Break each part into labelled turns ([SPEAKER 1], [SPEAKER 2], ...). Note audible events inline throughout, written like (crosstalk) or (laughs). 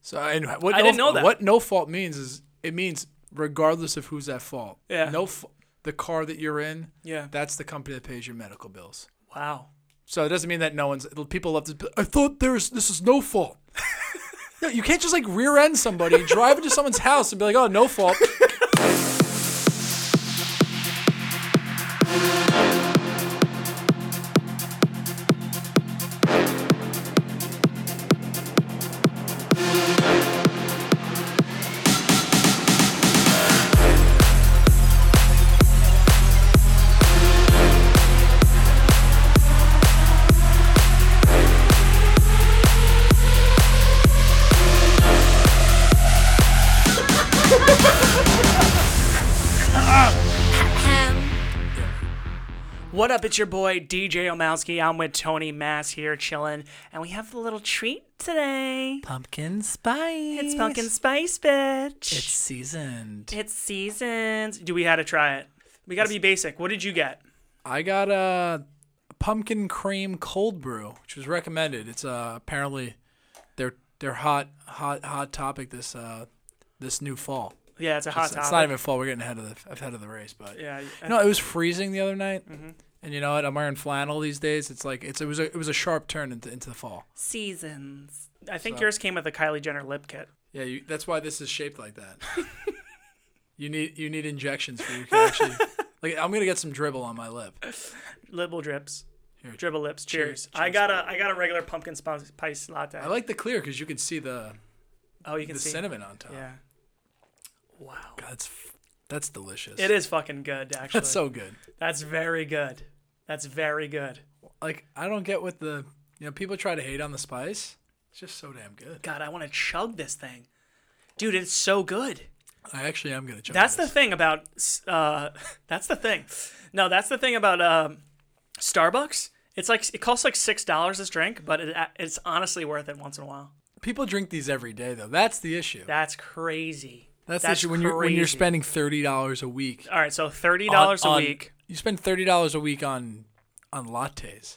[SPEAKER 1] So and what
[SPEAKER 2] I
[SPEAKER 1] no,
[SPEAKER 2] didn't know that.
[SPEAKER 1] What no fault means is it means regardless of who's at fault.
[SPEAKER 2] Yeah.
[SPEAKER 1] No, f- the car that you're in.
[SPEAKER 2] Yeah.
[SPEAKER 1] That's the company that pays your medical bills.
[SPEAKER 2] Wow.
[SPEAKER 1] So it doesn't mean that no one's. People love to. I thought there's this is no fault. (laughs) no, you can't just like rear end
[SPEAKER 2] (laughs)
[SPEAKER 1] somebody, drive into someone's house, and be like, oh, no fault.
[SPEAKER 2] What up? It's your boy DJ Omowski. I'm with Tony Mass here, chilling, and we have a little treat today.
[SPEAKER 1] Pumpkin spice.
[SPEAKER 2] It's pumpkin spice, bitch.
[SPEAKER 1] It's seasoned.
[SPEAKER 2] It's seasons. Do we had to try it? We got to be basic. What did you get?
[SPEAKER 1] I got a pumpkin cream cold brew, which was recommended. It's uh, apparently their their hot hot hot topic this uh, this new fall.
[SPEAKER 2] Yeah, it's a hot
[SPEAKER 1] It's,
[SPEAKER 2] topic.
[SPEAKER 1] it's not even fall. We're getting ahead of the ahead of the race, but
[SPEAKER 2] yeah, uh, Mm-hmm. I-
[SPEAKER 1] No, it was freezing the other night, and you know what? I'm wearing flannel these days. It's like it's it was a it was a sharp turn into into the fall.
[SPEAKER 2] seasons. I think yours came with a Kylie Jenner lip kit.
[SPEAKER 1] Yeah, you, that's why this is shaped like
[SPEAKER 2] (laughs)
[SPEAKER 1] that. you need you need injections for you can actually. Like I'm gonna get some dribble on my lip.
[SPEAKER 2] Libble drips.
[SPEAKER 1] Here.
[SPEAKER 2] Dribble lips. Cheers.
[SPEAKER 1] Cheers.
[SPEAKER 2] I got a I got a regular pumpkin spi- spice latte.
[SPEAKER 1] I like the clear because you can see the
[SPEAKER 2] oh, you can
[SPEAKER 1] the
[SPEAKER 2] see.
[SPEAKER 1] cinnamon on top.
[SPEAKER 2] Yeah. Wow.
[SPEAKER 1] God, that's f- that's delicious.
[SPEAKER 2] It is fucking good, actually.
[SPEAKER 1] That's so good.
[SPEAKER 2] That's very good. That's very good.
[SPEAKER 1] Like I don't get what the you know people try to hate on the spice. It's just so damn good.
[SPEAKER 2] God, I want to chug this thing. Dude, it's so good.
[SPEAKER 1] I actually am gonna try.
[SPEAKER 2] That's the
[SPEAKER 1] this.
[SPEAKER 2] thing about uh (laughs) that's the thing. No, that's the thing about um Starbucks. It's like it costs like $6 this drink, but it, it's honestly worth it once in a while.
[SPEAKER 1] people drink these every day though. That's the issue.
[SPEAKER 2] That's crazy.
[SPEAKER 1] That's, the issue when you're when you're spending thirty dollars a week.
[SPEAKER 2] All right, so $30 a
[SPEAKER 1] on- on-
[SPEAKER 2] week.
[SPEAKER 1] You spend thirty dollars a week on on lattes.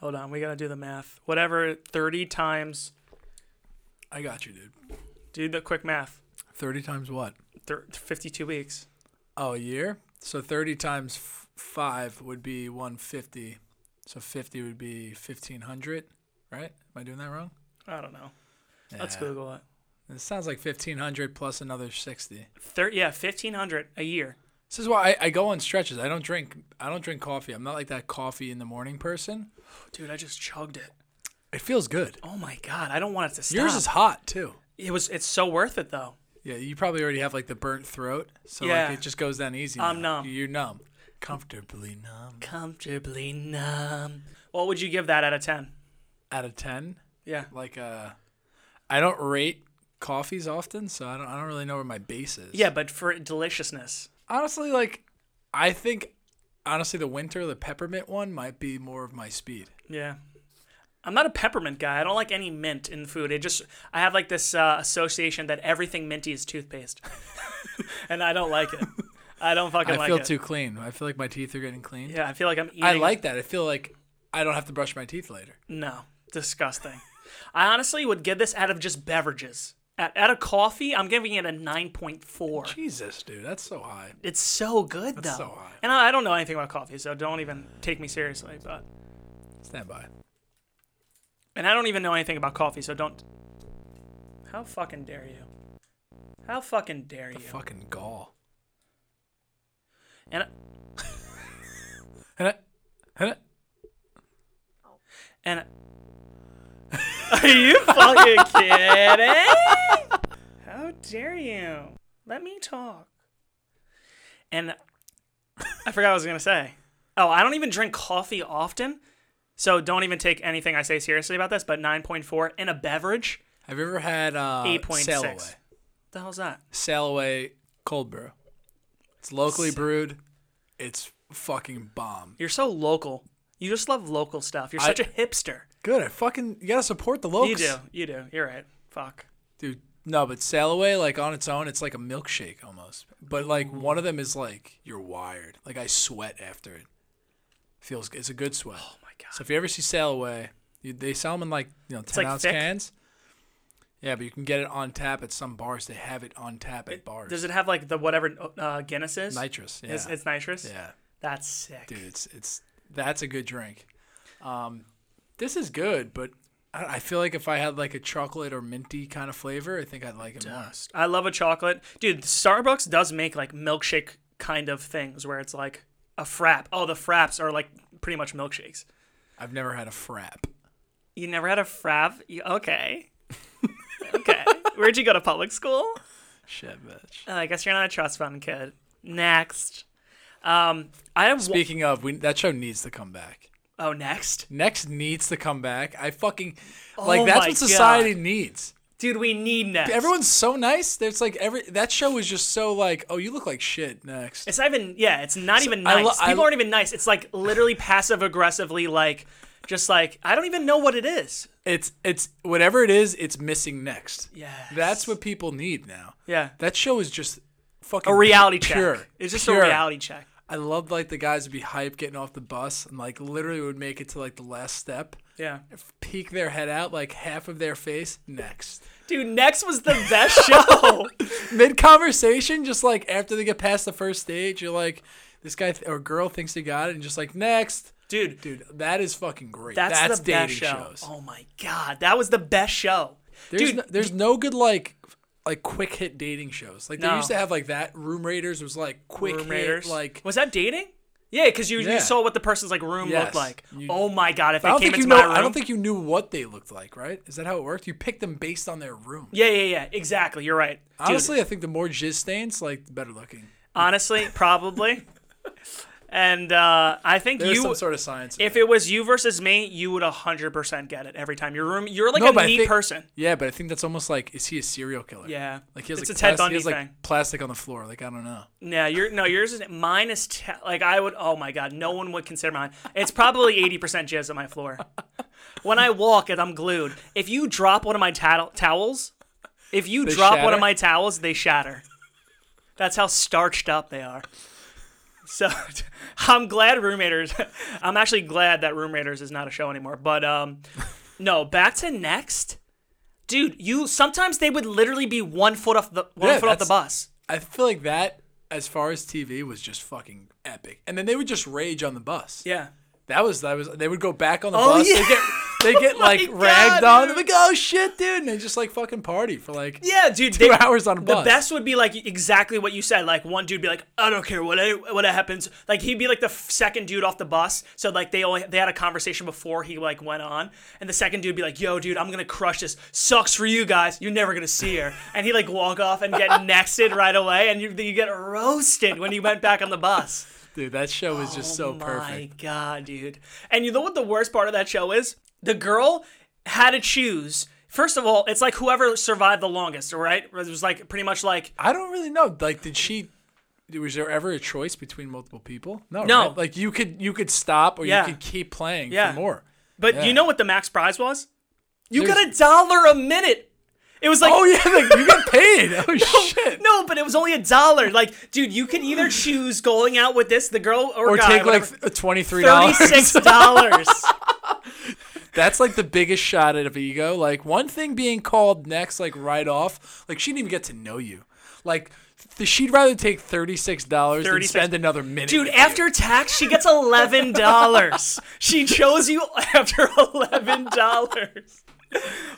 [SPEAKER 2] Hold on, we got to do the math. Whatever 30 times
[SPEAKER 1] I got you, dude.
[SPEAKER 2] do the quick math.
[SPEAKER 1] Thirty times what?
[SPEAKER 2] Thir- 52 weeks.
[SPEAKER 1] Oh, a year. So thirty times f- five would be one fifty. So fifty would be fifteen hundred, right? Am I doing that wrong?
[SPEAKER 2] I don't know. Let's
[SPEAKER 1] Yeah.
[SPEAKER 2] google it.
[SPEAKER 1] It sounds like fifteen hundred plus another sixty.
[SPEAKER 2] Thir- yeah, 1500 a year.
[SPEAKER 1] This is why I, I go on stretches. I don't drink. I don't drink coffee. I'm not like that coffee in the morning person.
[SPEAKER 2] Dude, I just chugged it.
[SPEAKER 1] It feels good.
[SPEAKER 2] Oh my god, I don't want it to stop.
[SPEAKER 1] Yours is hot too.
[SPEAKER 2] it was it's so worth it though.
[SPEAKER 1] Yeah, you probably already have like the burnt throat, so
[SPEAKER 2] Yeah.
[SPEAKER 1] like it just goes down easy.
[SPEAKER 2] I'm
[SPEAKER 1] now.
[SPEAKER 2] numb.
[SPEAKER 1] You're numb, comfortably numb.
[SPEAKER 2] Comfortably numb. What would you give that out of 10?
[SPEAKER 1] Out of ten,
[SPEAKER 2] Yeah.
[SPEAKER 1] like uh, I don't rate coffees often, so I don't. I don't really know where my base is.
[SPEAKER 2] Yeah, but for deliciousness.
[SPEAKER 1] honestly, like I think honestly the winter the peppermint one might be more of my speed.
[SPEAKER 2] Yeah. I'm not a peppermint guy. I don't like any mint in food. It just I have like this uh, association that everything minty is toothpaste. (laughs) and I don't like it. I don't fucking
[SPEAKER 1] I
[SPEAKER 2] like
[SPEAKER 1] feel
[SPEAKER 2] it.
[SPEAKER 1] too clean. I feel like my teeth are getting clean.
[SPEAKER 2] yeah, I feel like I'm eating
[SPEAKER 1] I like that. I feel like I don't have to brush my teeth later.
[SPEAKER 2] No, disgusting. I honestly would get this out of just beverages. At, out of coffee, I'm giving it a 9.4.
[SPEAKER 1] Jesus, dude, that's so high.
[SPEAKER 2] It's so good, though.
[SPEAKER 1] so high.
[SPEAKER 2] And I, I don't know anything about coffee, so don't even take me seriously. But
[SPEAKER 1] Stand by.
[SPEAKER 2] And I don't even know anything about coffee, so don't. How fucking dare you? How fucking dare you?
[SPEAKER 1] Fucking gall.
[SPEAKER 2] And,
[SPEAKER 1] And I,
[SPEAKER 2] and. (laughs) Are you fucking kidding? How dare you? Let me talk. And I forgot what I was going to say. Oh, I don't even drink coffee often. So don't even take anything I say seriously about this, but 9.4 in a beverage,
[SPEAKER 1] Have you ever had uh,
[SPEAKER 2] 8.6.
[SPEAKER 1] sail away?
[SPEAKER 2] the hell's that?
[SPEAKER 1] Sail away cold brew. It's locally brewed. It's fucking bomb.
[SPEAKER 2] You're so local. You just love local stuff. You're
[SPEAKER 1] I-
[SPEAKER 2] such a hipster.
[SPEAKER 1] Good. I fucking you gotta support the locals.
[SPEAKER 2] You do. You do. You're right. Fuck.
[SPEAKER 1] dude. No, but sail away like on its own, it's like a milkshake almost. But like one of them is like you're wired. Like I sweat after it. Feels it's a good
[SPEAKER 2] (gasps)
[SPEAKER 1] sweat. (laughs)
[SPEAKER 2] Oh my god.
[SPEAKER 1] So if you ever see sail away, you, they sell them in like you know ten
[SPEAKER 2] like
[SPEAKER 1] ounce
[SPEAKER 2] thick?
[SPEAKER 1] cans. Yeah, but you can get it on tap at some bars. They have it on tap at bars.
[SPEAKER 2] Does it have like the whatever uh, Guinness is?
[SPEAKER 1] nitrous? Yeah,
[SPEAKER 2] It's, it's nitrous.
[SPEAKER 1] yeah,
[SPEAKER 2] That's sick.
[SPEAKER 1] dude. It's it's that's a good drink. Um, this is good, but I, I feel like if I had like a chocolate or minty kind of flavor, I think I'd like it more.
[SPEAKER 2] I love a chocolate. Dude, Starbucks does make like milkshake kind of things where it's like a frap. Oh, the fraps are like pretty much milkshakes.
[SPEAKER 1] I've never had a frap.
[SPEAKER 2] You never had a frap? You, okay. (laughs) okay. Where'd you go to public school?
[SPEAKER 1] Shit, bitch.
[SPEAKER 2] Uh, I guess you're not a trust fund kid. Next. Um, I have
[SPEAKER 1] (laughs)
[SPEAKER 2] one
[SPEAKER 1] Speaking of, we, that show needs to come back.
[SPEAKER 2] oh next.
[SPEAKER 1] Next needs to come back. I fucking like
[SPEAKER 2] Oh
[SPEAKER 1] that's
[SPEAKER 2] my
[SPEAKER 1] what society needs.
[SPEAKER 2] Dude, we need next.
[SPEAKER 1] Everyone's so nice. There's like every that show was just so like, oh, you look like shit. Next,
[SPEAKER 2] It's not even yeah, it's not even
[SPEAKER 1] I
[SPEAKER 2] nice.
[SPEAKER 1] lo- I-
[SPEAKER 2] People aren't even nice. It's like literally passive aggressively like just like I don't even know what it is.
[SPEAKER 1] it's it's whatever it is, it's missing next.
[SPEAKER 2] Yes.
[SPEAKER 1] that's what people need now.
[SPEAKER 2] Yeah.
[SPEAKER 1] That show is just fucking
[SPEAKER 2] A reality
[SPEAKER 1] pure,
[SPEAKER 2] check. It's just
[SPEAKER 1] pure.
[SPEAKER 2] a reality check.
[SPEAKER 1] I loved like the guys would be hype getting off the bus and like literally would make it to like the last step,
[SPEAKER 2] Yeah.
[SPEAKER 1] peek their head out like half of their face next.
[SPEAKER 2] Dude, Next was the best (laughs) show.
[SPEAKER 1] mid conversation, just like after they get past the first stage, you're like, this guy th- or girl thinks they got it, and just like next,
[SPEAKER 2] Dude,
[SPEAKER 1] dude, that is fucking great.
[SPEAKER 2] that's,
[SPEAKER 1] That's,
[SPEAKER 2] the
[SPEAKER 1] dating
[SPEAKER 2] best show.
[SPEAKER 1] shows.
[SPEAKER 2] Oh my god, that was the best show.
[SPEAKER 1] there's
[SPEAKER 2] Dude,
[SPEAKER 1] no, there's no good like like quick hit dating shows. Like they
[SPEAKER 2] No.
[SPEAKER 1] used to have like that. Room Raiders was like quick
[SPEAKER 2] Room
[SPEAKER 1] hit
[SPEAKER 2] Raiders.
[SPEAKER 1] like.
[SPEAKER 2] was that dating? Yeah, because you,
[SPEAKER 1] Yeah.
[SPEAKER 2] you saw what the person's like room
[SPEAKER 1] Yes.
[SPEAKER 2] looked like.
[SPEAKER 1] You-
[SPEAKER 2] oh my god, if
[SPEAKER 1] I
[SPEAKER 2] I
[SPEAKER 1] don't
[SPEAKER 2] came
[SPEAKER 1] think you
[SPEAKER 2] into
[SPEAKER 1] know.
[SPEAKER 2] my room,
[SPEAKER 1] I don't think you knew what they looked like, right? Is that how it worked? You picked them based on their room.
[SPEAKER 2] Yeah, yeah, yeah. Exactly. You're right. Dude,
[SPEAKER 1] Honestly, I think the more jizz stains, like the better looking.
[SPEAKER 2] honestly,
[SPEAKER 1] (laughs)
[SPEAKER 2] probably. And uh, I think
[SPEAKER 1] There's
[SPEAKER 2] you
[SPEAKER 1] some sort of science. in
[SPEAKER 2] if it was you versus me, you would 100% get it every time. Your room, you're like
[SPEAKER 1] No, but
[SPEAKER 2] a
[SPEAKER 1] I
[SPEAKER 2] neat
[SPEAKER 1] think-
[SPEAKER 2] person.
[SPEAKER 1] Yeah, but I think that's almost like is he a serial killer?
[SPEAKER 2] Yeah.
[SPEAKER 1] Like he has
[SPEAKER 2] It's
[SPEAKER 1] like,
[SPEAKER 2] a Ted
[SPEAKER 1] plas- he has,
[SPEAKER 2] Bundy
[SPEAKER 1] like,
[SPEAKER 2] thing.
[SPEAKER 1] plastic on the floor. Like I don't know.
[SPEAKER 2] No, you're no yours is mine is te- like I would. Oh my god, no one would consider mine. It's probably eighty percent jizz on my floor. When I walk, and I'm glued. If you drop one of my towel towels, if you drop one
[SPEAKER 1] shatter?
[SPEAKER 2] of my towels, they shatter. That's how starched up they are. So (laughs) I'm glad Room Raiders. I'm actually glad that Room Raiders is not a show anymore. But um, no, back to next, dude. You sometimes they would literally be one foot off the one
[SPEAKER 1] Yeah,
[SPEAKER 2] foot off the
[SPEAKER 1] that's-
[SPEAKER 2] bus.
[SPEAKER 1] I feel like that, as far as TV, was just fucking epic. And then they would just rage on the bus.
[SPEAKER 2] Yeah.
[SPEAKER 1] That was that was. They would go back on the
[SPEAKER 2] (laughs) Oh,
[SPEAKER 1] bus.
[SPEAKER 2] yeah.
[SPEAKER 1] They get they get
[SPEAKER 2] my
[SPEAKER 1] like ragged
[SPEAKER 2] God,
[SPEAKER 1] on. They're
[SPEAKER 2] dude.
[SPEAKER 1] like, oh shit, dude, and they just like fucking party for like
[SPEAKER 2] Yeah, dude.
[SPEAKER 1] two
[SPEAKER 2] they-
[SPEAKER 1] hours on a
[SPEAKER 2] The
[SPEAKER 1] bus.
[SPEAKER 2] best would be like exactly what you said. Like one dude be like, I don't care what any, what happens. Like he'd be like the f- second dude off the bus. So like they only they had a conversation before he like went on, and the second dude be like, Yo, dude, I'm gonna crush this. Sucks for you guys. You're never gonna see her. And he like walk off and get (laughs) nexted right away, and you you get roasted when you went back on the bus.
[SPEAKER 1] dude. That show was just so
[SPEAKER 2] Oh My
[SPEAKER 1] perfect.
[SPEAKER 2] god, dude. And you know what the worst part of that show is? The girl had to choose. First of all, it's like whoever survived the longest, all right? It was like pretty much like
[SPEAKER 1] I don't really know. Like, did she? Was there ever a choice between multiple people? No.
[SPEAKER 2] No.
[SPEAKER 1] right? Like you could you could stop or
[SPEAKER 2] Yeah.
[SPEAKER 1] you could keep playing
[SPEAKER 2] Yeah.
[SPEAKER 1] for more.
[SPEAKER 2] but
[SPEAKER 1] Yeah.
[SPEAKER 2] you know what the max prize was? You
[SPEAKER 1] There's-
[SPEAKER 2] got a dollar a minute. It was like
[SPEAKER 1] Oh yeah, like, you got paid. (laughs) Oh shit.
[SPEAKER 2] No, but it was only a dollar. Like, dude, you could either choose going out with this, the girl, or,
[SPEAKER 1] Or
[SPEAKER 2] guy,
[SPEAKER 1] take
[SPEAKER 2] whatever.
[SPEAKER 1] like twenty three dollars.
[SPEAKER 2] thirty-six dollars.
[SPEAKER 1] (laughs) That's like the biggest shot at of ego. Like one thing being called next, like right off, like she didn't even get to know you. Like th- she'd rather take thirty six dollars than
[SPEAKER 2] 36
[SPEAKER 1] spend another minute.
[SPEAKER 2] Dude,
[SPEAKER 1] with
[SPEAKER 2] after tax, she gets eleven dollars. she chose you after eleven dollars.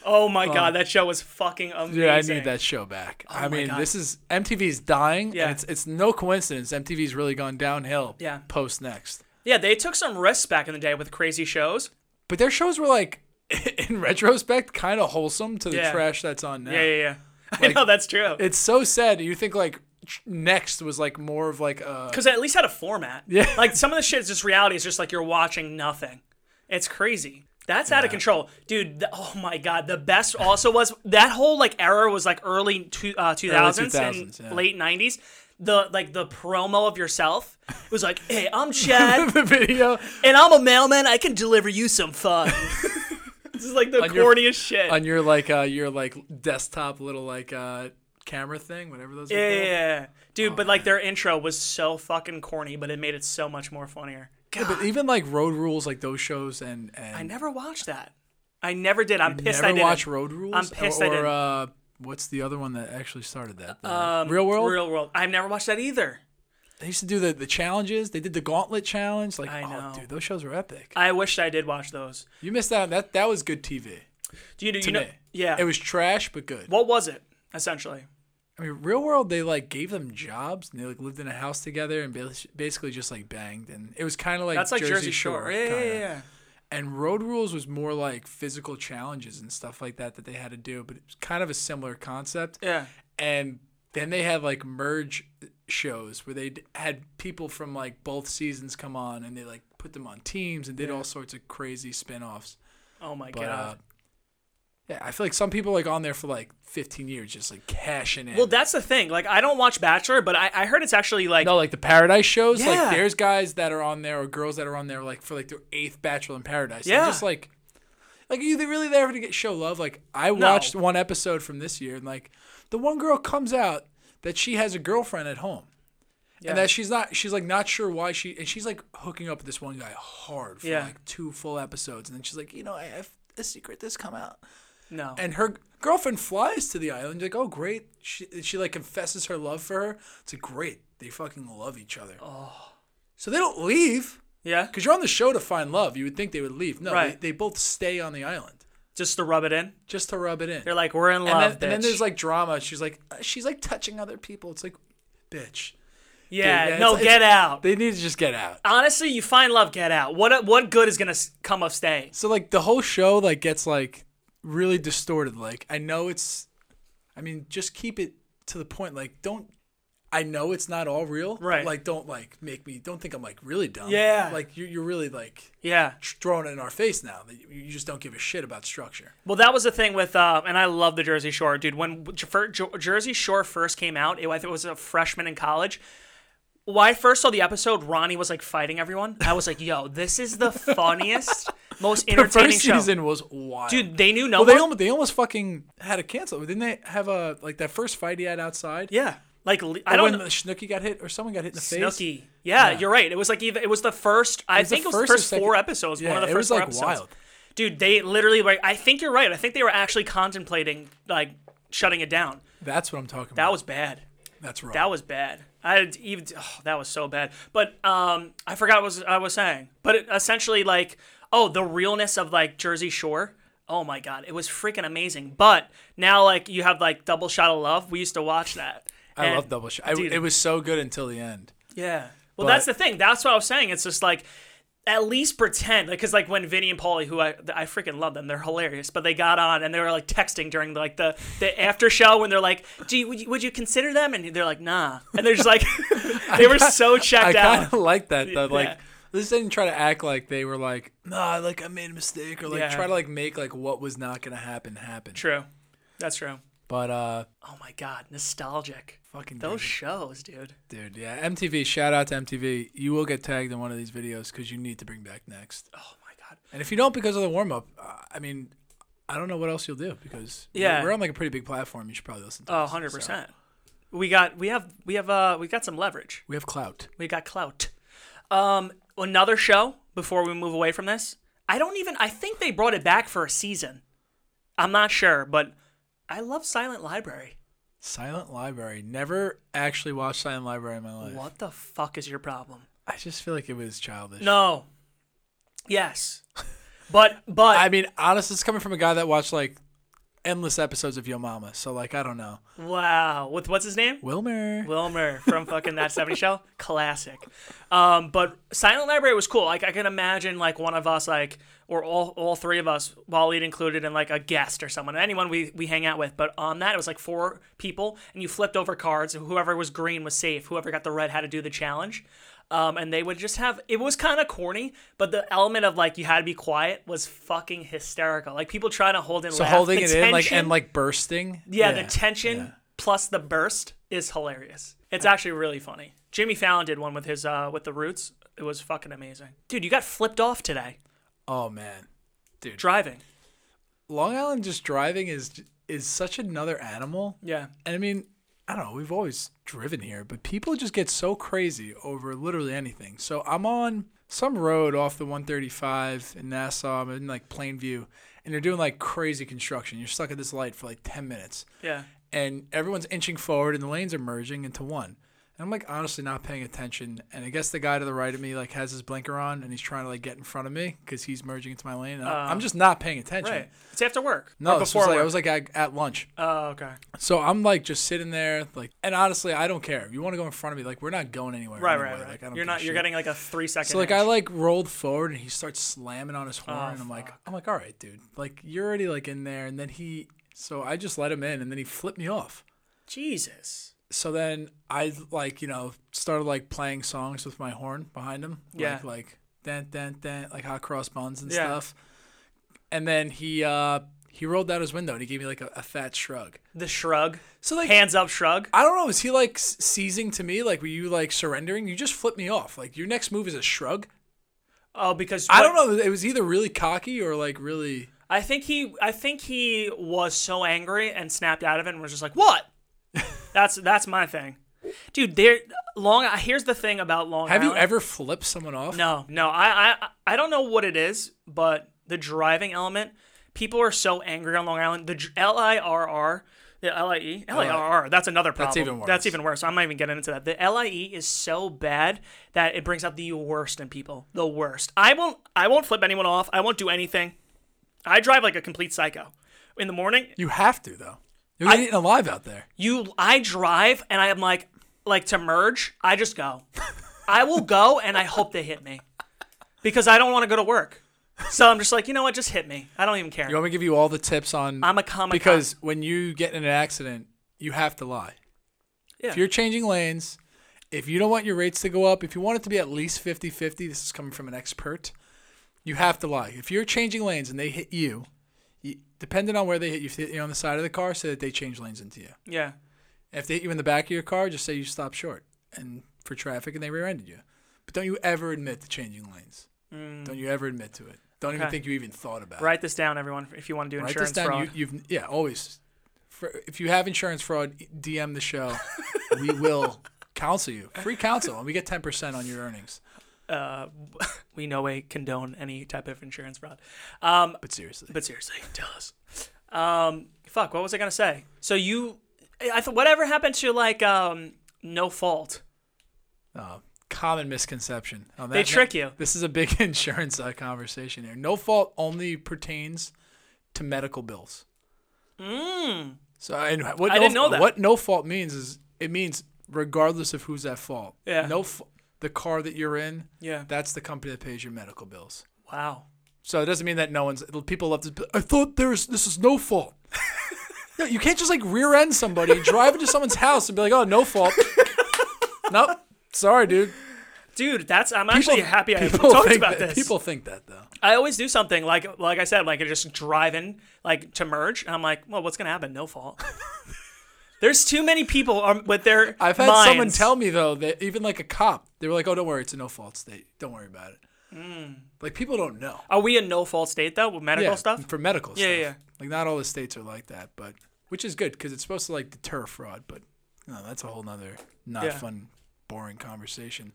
[SPEAKER 2] Oh my god, that show was fucking amazing. Oh
[SPEAKER 1] you. dude, I need that show back. I
[SPEAKER 2] my
[SPEAKER 1] mean,
[SPEAKER 2] God.
[SPEAKER 1] this is MTV's dying.
[SPEAKER 2] Yeah.
[SPEAKER 1] and it's it's no coincidence MTV's really gone downhill.
[SPEAKER 2] Yeah.
[SPEAKER 1] post next,
[SPEAKER 2] Yeah, they took some risks back in the day with crazy shows.
[SPEAKER 1] but their shows were like, (laughs) in retrospect, kind of wholesome to the
[SPEAKER 2] Yeah.
[SPEAKER 1] trash that's on now.
[SPEAKER 2] Yeah, yeah, yeah. (laughs) I know that's true.
[SPEAKER 1] It's so sad. You think like tr- next was like more of like
[SPEAKER 2] (laughs)
[SPEAKER 1] a
[SPEAKER 2] Because it at least had a format.
[SPEAKER 1] Yeah.
[SPEAKER 2] (laughs) Like some of the shit is just reality. It's just like you're watching nothing. It's crazy. That's out of control, dude. The, oh my god, the best also was that whole like era was like early two thousands
[SPEAKER 1] 2000s, yeah.
[SPEAKER 2] and late nineties. The like the promo
[SPEAKER 1] (laughs)
[SPEAKER 2] of yourself it was like, hey, I'm Chad
[SPEAKER 1] the (laughs) video
[SPEAKER 2] and I'm a mailman. I can deliver you some fun.
[SPEAKER 1] (laughs)
[SPEAKER 2] this is like the
[SPEAKER 1] your-
[SPEAKER 2] corniest shit.
[SPEAKER 1] on your like uh your like desktop little like uh camera thing, whatever those.
[SPEAKER 2] yeah,
[SPEAKER 1] are
[SPEAKER 2] yeah,
[SPEAKER 1] called.
[SPEAKER 2] yeah. dude.
[SPEAKER 1] Oh,
[SPEAKER 2] but like their intro was so fucking corny, but it made it so much more funnier.
[SPEAKER 1] Yeah, But even like Road Rules, like those shows, and and
[SPEAKER 2] I never watched that. I never did. I'm pissed
[SPEAKER 1] Never
[SPEAKER 2] I didn't.
[SPEAKER 1] watch Road Rules.
[SPEAKER 2] I'm pissed
[SPEAKER 1] or,
[SPEAKER 2] I didn't.
[SPEAKER 1] Uh, what's the other one that actually started that? The
[SPEAKER 2] Um,
[SPEAKER 1] Real World.
[SPEAKER 2] Real World. I've never watched that either.
[SPEAKER 1] they used to do the, the challenges. They did the Gauntlet challenge. Like,
[SPEAKER 2] I
[SPEAKER 1] oh,
[SPEAKER 2] know.
[SPEAKER 1] dude, those shows were epic.
[SPEAKER 2] I wish I did watch those.
[SPEAKER 1] You missed out. on That that was good TV.
[SPEAKER 2] Do you, do
[SPEAKER 1] To
[SPEAKER 2] you know?
[SPEAKER 1] me.
[SPEAKER 2] Yeah.
[SPEAKER 1] It was trash but good.
[SPEAKER 2] what was it essentially?
[SPEAKER 1] I mean, Real World. They like gave them jobs and they like lived in a house together and bas- basically just like banged. And it was kind of like
[SPEAKER 2] That's like
[SPEAKER 1] Jersey, Shore.
[SPEAKER 2] Yeah, yeah,
[SPEAKER 1] kinda.
[SPEAKER 2] yeah, yeah.
[SPEAKER 1] And Road Rules was more like physical challenges and stuff like that that they had to do, but it's kind of a similar concept.
[SPEAKER 2] Yeah.
[SPEAKER 1] and then they had like merge shows where they had people from like both seasons come on and they like put them on teams and did all sorts of crazy spin-offs
[SPEAKER 2] Oh my
[SPEAKER 1] but uh,
[SPEAKER 2] god.
[SPEAKER 1] yeah i feel like some people like on there for like 15 years just like cashing in
[SPEAKER 2] well, that's the thing. Like, I don't watch Bachelor, but I, I heard it's actually like
[SPEAKER 1] no like the paradise shows
[SPEAKER 2] Yeah.
[SPEAKER 1] like there's guys that are on there or girls that are on there like for like their eighth bachelor in paradise They're
[SPEAKER 2] Yeah.
[SPEAKER 1] just like like are you really there to get show love like i watched one episode from this year and like the one girl comes out that she has a girlfriend at home
[SPEAKER 2] Yeah.
[SPEAKER 1] and that she's not she's like not sure why she and she's like hooking up with this one guy hard for
[SPEAKER 2] Yeah.
[SPEAKER 1] like two full episodes and then she's like you know i have a secret that's come out
[SPEAKER 2] no.
[SPEAKER 1] and her girlfriend flies to the island like oh great she, she like confesses her love for her it's like great they fucking love each other oh. so they don't leave
[SPEAKER 2] yeah.
[SPEAKER 1] because you're on the show to find love you would think they would leave no
[SPEAKER 2] Right.
[SPEAKER 1] they, they both stay on the island
[SPEAKER 2] Just to rub it in.
[SPEAKER 1] just to rub it in
[SPEAKER 2] They're like, we're in
[SPEAKER 1] and,
[SPEAKER 2] love.
[SPEAKER 1] then, and then
[SPEAKER 2] bitch.
[SPEAKER 1] there's like drama she's like uh, she's like touching other people it's like bitch
[SPEAKER 2] yeah,
[SPEAKER 1] yeah, it's-
[SPEAKER 2] no,
[SPEAKER 1] it's-
[SPEAKER 2] get out.
[SPEAKER 1] they need to just get out
[SPEAKER 2] Honestly, you find love, get out. What what good is gonna s- come of staying?
[SPEAKER 1] So like the whole show like gets like really distorted. Like I know it's, I mean, just keep it to the point. Like don't, I know it's not all real. but,
[SPEAKER 2] Right.
[SPEAKER 1] Like don't like make me don't think I'm like really dumb.
[SPEAKER 2] Yeah.
[SPEAKER 1] Like you're you're really like
[SPEAKER 2] Yeah.
[SPEAKER 1] throwing it in our face now that you- you just don't give a shit about structure.
[SPEAKER 2] Well, that was the thing with, uh, and I love the Jersey Shore, dude. When J- fir- J- Jersey Shore first came out, it, I think it was a freshman in college. When I first saw the episode, Ronnie was like fighting everyone. I was like, yo, this is the
[SPEAKER 1] (laughs)
[SPEAKER 2] funniest, most
[SPEAKER 1] The
[SPEAKER 2] entertaining
[SPEAKER 1] first
[SPEAKER 2] show.
[SPEAKER 1] season was wild.
[SPEAKER 2] Dude, they knew no
[SPEAKER 1] Well, they
[SPEAKER 2] one.
[SPEAKER 1] almost they almost fucking had to cancel. it. Didn't they have a like that first fight he had outside?
[SPEAKER 2] yeah. Like, le- I
[SPEAKER 1] Or
[SPEAKER 2] don't
[SPEAKER 1] Oh, when
[SPEAKER 2] know.
[SPEAKER 1] the Snooki got hit or someone got hit in the face.
[SPEAKER 2] Snooki. Yeah, you're right. It was like, even, it was the first, I
[SPEAKER 1] was the
[SPEAKER 2] think it was the
[SPEAKER 1] first or
[SPEAKER 2] first four
[SPEAKER 1] second-
[SPEAKER 2] episodes.
[SPEAKER 1] Yeah,
[SPEAKER 2] one of the
[SPEAKER 1] it was,
[SPEAKER 2] first four
[SPEAKER 1] like,
[SPEAKER 2] episodes.
[SPEAKER 1] wild.
[SPEAKER 2] Dude, they literally were, I think you're right. I think they were actually contemplating, like, shutting it down.
[SPEAKER 1] That's what I'm talking
[SPEAKER 2] That
[SPEAKER 1] about.
[SPEAKER 2] was bad.
[SPEAKER 1] That's wrong.
[SPEAKER 2] That was bad. I had even oh, that was so bad. But um, I forgot what was, I was saying. But it, essentially, like, oh, the realness of like Jersey Shore. Oh my God, it was freaking amazing. But now, like, you have like Double Shot of Love. We used to watch that.
[SPEAKER 1] I
[SPEAKER 2] And-
[SPEAKER 1] love double shot. I,
[SPEAKER 2] Dude.
[SPEAKER 1] it was so good until the end.
[SPEAKER 2] Yeah.
[SPEAKER 1] But-
[SPEAKER 2] Well, that's the thing. That's what I was saying. It's just like. At least pretend, like, cause like when Vinny and Paulie, who I I freaking love them, they're hilarious. But they got on and they were like texting during like the, the after show when they're like, "Do you, would, you, would you consider them?" And they're like, "Nah," and they're
[SPEAKER 1] (laughs)
[SPEAKER 2] just like, (laughs) they were so
[SPEAKER 1] I
[SPEAKER 2] checked out.
[SPEAKER 1] kind of like that though. Like
[SPEAKER 2] Yeah.
[SPEAKER 1] they just didn't try to act like they were like, nah, like I made a mistake, or like
[SPEAKER 2] Yeah.
[SPEAKER 1] try to like make like what was not gonna happen happen.
[SPEAKER 2] (laughs) True, that's true.
[SPEAKER 1] But uh,
[SPEAKER 2] Oh my god, nostalgic.
[SPEAKER 1] fucking
[SPEAKER 2] Those shows, dude.
[SPEAKER 1] dude, dude, yeah. MTV, shout out to MTV. You will get tagged in one of these videos because you need to bring back next.
[SPEAKER 2] Oh my god.
[SPEAKER 1] And if you don't because of the warm up, uh, I mean, I don't know what else you'll do because we're-
[SPEAKER 2] Yeah.
[SPEAKER 1] we're, on like a pretty big platform. You should probably listen. to
[SPEAKER 2] Oh,
[SPEAKER 1] us,
[SPEAKER 2] 100
[SPEAKER 1] so.
[SPEAKER 2] percent. We got we have we have uh we got some leverage.
[SPEAKER 1] We have clout.
[SPEAKER 2] We got clout. Um, another show before we move away from this. I don't even. I think they brought it back for a season. I'm not sure, but I love Silent Library.
[SPEAKER 1] Silent Library. Never actually watched Silent Library in my life.
[SPEAKER 2] What the fuck is your problem?
[SPEAKER 1] I just feel like it was childish.
[SPEAKER 2] No. Yes. But but
[SPEAKER 1] I mean, honestly, it's coming from a guy that watched like endless episodes of Yo Mama. So like, I don't know.
[SPEAKER 2] wow. With what's his name?
[SPEAKER 1] Wilmer.
[SPEAKER 2] Wilmer from fucking that 70 show. Classic. Um, but Silent Library was cool. Like I can imagine like one of us like or all, all three of us, Waleed included, and like a guest or someone, anyone we, we hang out with. But on that it was like four people and you flipped over cards and whoever was green was safe. Whoever got the red had to do the challenge. Um, and they would just have it was kind of corny, but the element of like you had to be quiet was fucking hysterical. Like people trying to hold in
[SPEAKER 1] so
[SPEAKER 2] laugh.
[SPEAKER 1] holding
[SPEAKER 2] The
[SPEAKER 1] it in like
[SPEAKER 2] tension-
[SPEAKER 1] and like bursting.
[SPEAKER 2] yeah, the tension plus the burst is hilarious. It's actually really funny. Jimmy Fallon did one with his uh with the Roots. It was fucking amazing. Dude, you got flipped off today
[SPEAKER 1] Oh man,
[SPEAKER 2] driving.
[SPEAKER 1] Long Island just driving is is such another animal.
[SPEAKER 2] Yeah.
[SPEAKER 1] And I mean, I don't know. We've always driven here, but people just get so crazy over literally anything. So I'm on some road off the 135 in Nassau. I'm in like Plainview, and you're doing like crazy construction. You're stuck at this light for like 10 minutes
[SPEAKER 2] Yeah.
[SPEAKER 1] and everyone's inching forward and the lanes are merging into one. And I'm like honestly not paying attention. And I guess the guy to the right of me like has his blinker on and he's trying to like get in front of me because he's merging into my lane. And I'm- I'm just not paying attention.
[SPEAKER 2] Uh, Right. It's after work.
[SPEAKER 1] No,
[SPEAKER 2] or
[SPEAKER 1] this
[SPEAKER 2] before
[SPEAKER 1] was like,
[SPEAKER 2] work.
[SPEAKER 1] I was like at, at lunch.
[SPEAKER 2] oh, okay.
[SPEAKER 1] So I'm like just sitting there, like, and honestly, I don't care. If you want to go in front of me, like, we're not going anywhere.
[SPEAKER 2] Right,
[SPEAKER 1] anyway.
[SPEAKER 2] right, right.
[SPEAKER 1] Like, I don't
[SPEAKER 2] you're
[SPEAKER 1] give a
[SPEAKER 2] not. You're
[SPEAKER 1] shit.
[SPEAKER 2] getting like a three second.
[SPEAKER 1] So like I like rolled forward and he starts slamming on his horn
[SPEAKER 2] Oh,
[SPEAKER 1] and I'm like I'm like all right dude like you're already like in there and then he so I just let him in and then he flipped me off.
[SPEAKER 2] Jesus.
[SPEAKER 1] So then I like you know started like playing songs with my horn behind him
[SPEAKER 2] Yeah.
[SPEAKER 1] like like dan dan dan like hot cross buns and
[SPEAKER 2] Yeah.
[SPEAKER 1] stuff. And then he uh he rolled down his window and he gave me like a, a fat shrug.
[SPEAKER 2] The shrug.
[SPEAKER 1] So like
[SPEAKER 2] Hands up, shrug.
[SPEAKER 1] I don't know. Is he like s- seizing to me? Like, were you like surrendering? You just flipped me off. Like, your next move is a shrug.
[SPEAKER 2] Oh, because
[SPEAKER 1] I
[SPEAKER 2] what-
[SPEAKER 1] don't know. It was either really cocky or like really.
[SPEAKER 2] I think he. I think he was so angry and snapped out of it and was just
[SPEAKER 1] (laughs)
[SPEAKER 2] like, "What?" that's that's my thing, dude. There, long. Here's the thing about Long
[SPEAKER 1] Have you
[SPEAKER 2] Island.
[SPEAKER 1] ever flipped someone off?
[SPEAKER 2] No, no. I, I, I don't know what it is, but the driving element. People are so angry on Long Island. The L I R R, the L I E, L I R R. That's another problem.
[SPEAKER 1] even worse.
[SPEAKER 2] That's even worse. I'm not even getting into that. The L I E is so bad that it brings out the worst in people. The worst. I won't. I won't flip anyone off. I won't do anything. I drive like a complete psycho. In the morning,
[SPEAKER 1] You have to though. You're getting eaten alive out there.
[SPEAKER 2] you I drive and I am like like to merge, I just go. I will go and I hope they hit me. Because I don't want to go to work. So I'm just like, you know what, just hit me. I don't even care.
[SPEAKER 1] You want me to give you all the tips on?
[SPEAKER 2] I'm a comic
[SPEAKER 1] because when you get in an accident, you have to lie.
[SPEAKER 2] Yeah.
[SPEAKER 1] If you're changing lanes, if you don't want your rates to go up, if you want it to be at least 50-50, this is coming from an expert. You have to lie. If you're changing lanes and they hit you, you depending on where they hit you, if they hit you on the side of the car, say that they change lanes into you.
[SPEAKER 2] Yeah.
[SPEAKER 1] If they hit you in the back of your car, just say you stopped short and for traffic and they rear-ended you. But don't you ever admit to changing lanes. Don't you ever admit to it. Don't even
[SPEAKER 2] Mm. Okay.
[SPEAKER 1] think you even thought about it.
[SPEAKER 2] Write this down, everyone, if you want to do
[SPEAKER 1] Write
[SPEAKER 2] insurance
[SPEAKER 1] this down.
[SPEAKER 2] fraud.
[SPEAKER 1] You, you've yeah, always. For, if you have insurance fraud, DM the
[SPEAKER 2] (laughs)
[SPEAKER 1] show. we will counsel you. Free counsel, and we get ten percent on your earnings.
[SPEAKER 2] uh, (laughs) we no way condone any type of insurance fraud. Um,
[SPEAKER 1] But seriously,
[SPEAKER 2] but seriously, tell us. Um, fuck, what was I gonna say? So you, I thought whatever happened to like um, no fault.
[SPEAKER 1] uh, common misconception. On
[SPEAKER 2] They
[SPEAKER 1] that
[SPEAKER 2] trick
[SPEAKER 1] note,
[SPEAKER 2] you.
[SPEAKER 1] This is a big (laughs) insurance uh, conversation here. No fault only pertains to medical bills. Mm. So and what
[SPEAKER 2] Hmm. I
[SPEAKER 1] no,
[SPEAKER 2] didn't know that.
[SPEAKER 1] What no fault means is it means regardless of who's at fault.
[SPEAKER 2] Yeah.
[SPEAKER 1] No, f- the car that you're in.
[SPEAKER 2] Yeah.
[SPEAKER 1] That's the company that pays your medical bills.
[SPEAKER 2] Wow.
[SPEAKER 1] So it doesn't mean that no one's people love this. I thought there's this is no fault. (laughs) no, you can't just like rear end somebody, drive into someone's house, and be like, oh, no fault. (laughs) nope, sorry, dude.
[SPEAKER 2] Dude, that's I'm actually happy I talked
[SPEAKER 1] think
[SPEAKER 2] about
[SPEAKER 1] that,
[SPEAKER 2] this.
[SPEAKER 1] People think that though.
[SPEAKER 2] I always do something like like I said, like I just drive in like to merge, and I'm like, well, what's gonna happen?
[SPEAKER 1] (laughs)
[SPEAKER 2] No fault. There's too many people um, with their.
[SPEAKER 1] I've had
[SPEAKER 2] minds.
[SPEAKER 1] someone tell me though that even like a cop, they were like, oh, don't worry, it's a no fault state. Don't worry about it. Like people don't know.
[SPEAKER 2] Are we in no fault state though with Mm. medical
[SPEAKER 1] yeah,
[SPEAKER 2] stuff?
[SPEAKER 1] for medical
[SPEAKER 2] Yeah,
[SPEAKER 1] stuff.
[SPEAKER 2] yeah, yeah.
[SPEAKER 1] Like not all the states are like that, but which is good because it's supposed to like deter fraud. But no, that's a whole nother not
[SPEAKER 2] Yeah.
[SPEAKER 1] fun, boring conversation.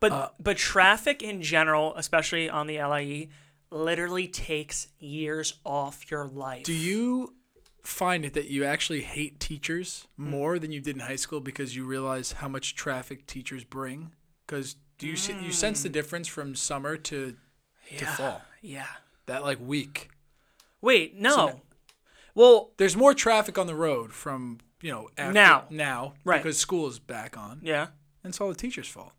[SPEAKER 2] But
[SPEAKER 1] Uh,
[SPEAKER 2] but traffic in general, especially on the LIE, literally takes years off your life.
[SPEAKER 1] Do you find it that you actually hate teachers
[SPEAKER 2] Hmm.
[SPEAKER 1] more than you did in high school because you realize how much traffic teachers bring? Because do you se- you sense the difference from summer to to fall?
[SPEAKER 2] Hmm. yeah.
[SPEAKER 1] That like week,
[SPEAKER 2] Wait, no. well,
[SPEAKER 1] there's more traffic on the road from you know after,
[SPEAKER 2] Now.
[SPEAKER 1] now
[SPEAKER 2] Right.
[SPEAKER 1] because school is back on,
[SPEAKER 2] yeah.
[SPEAKER 1] and it's all the teachers' fault.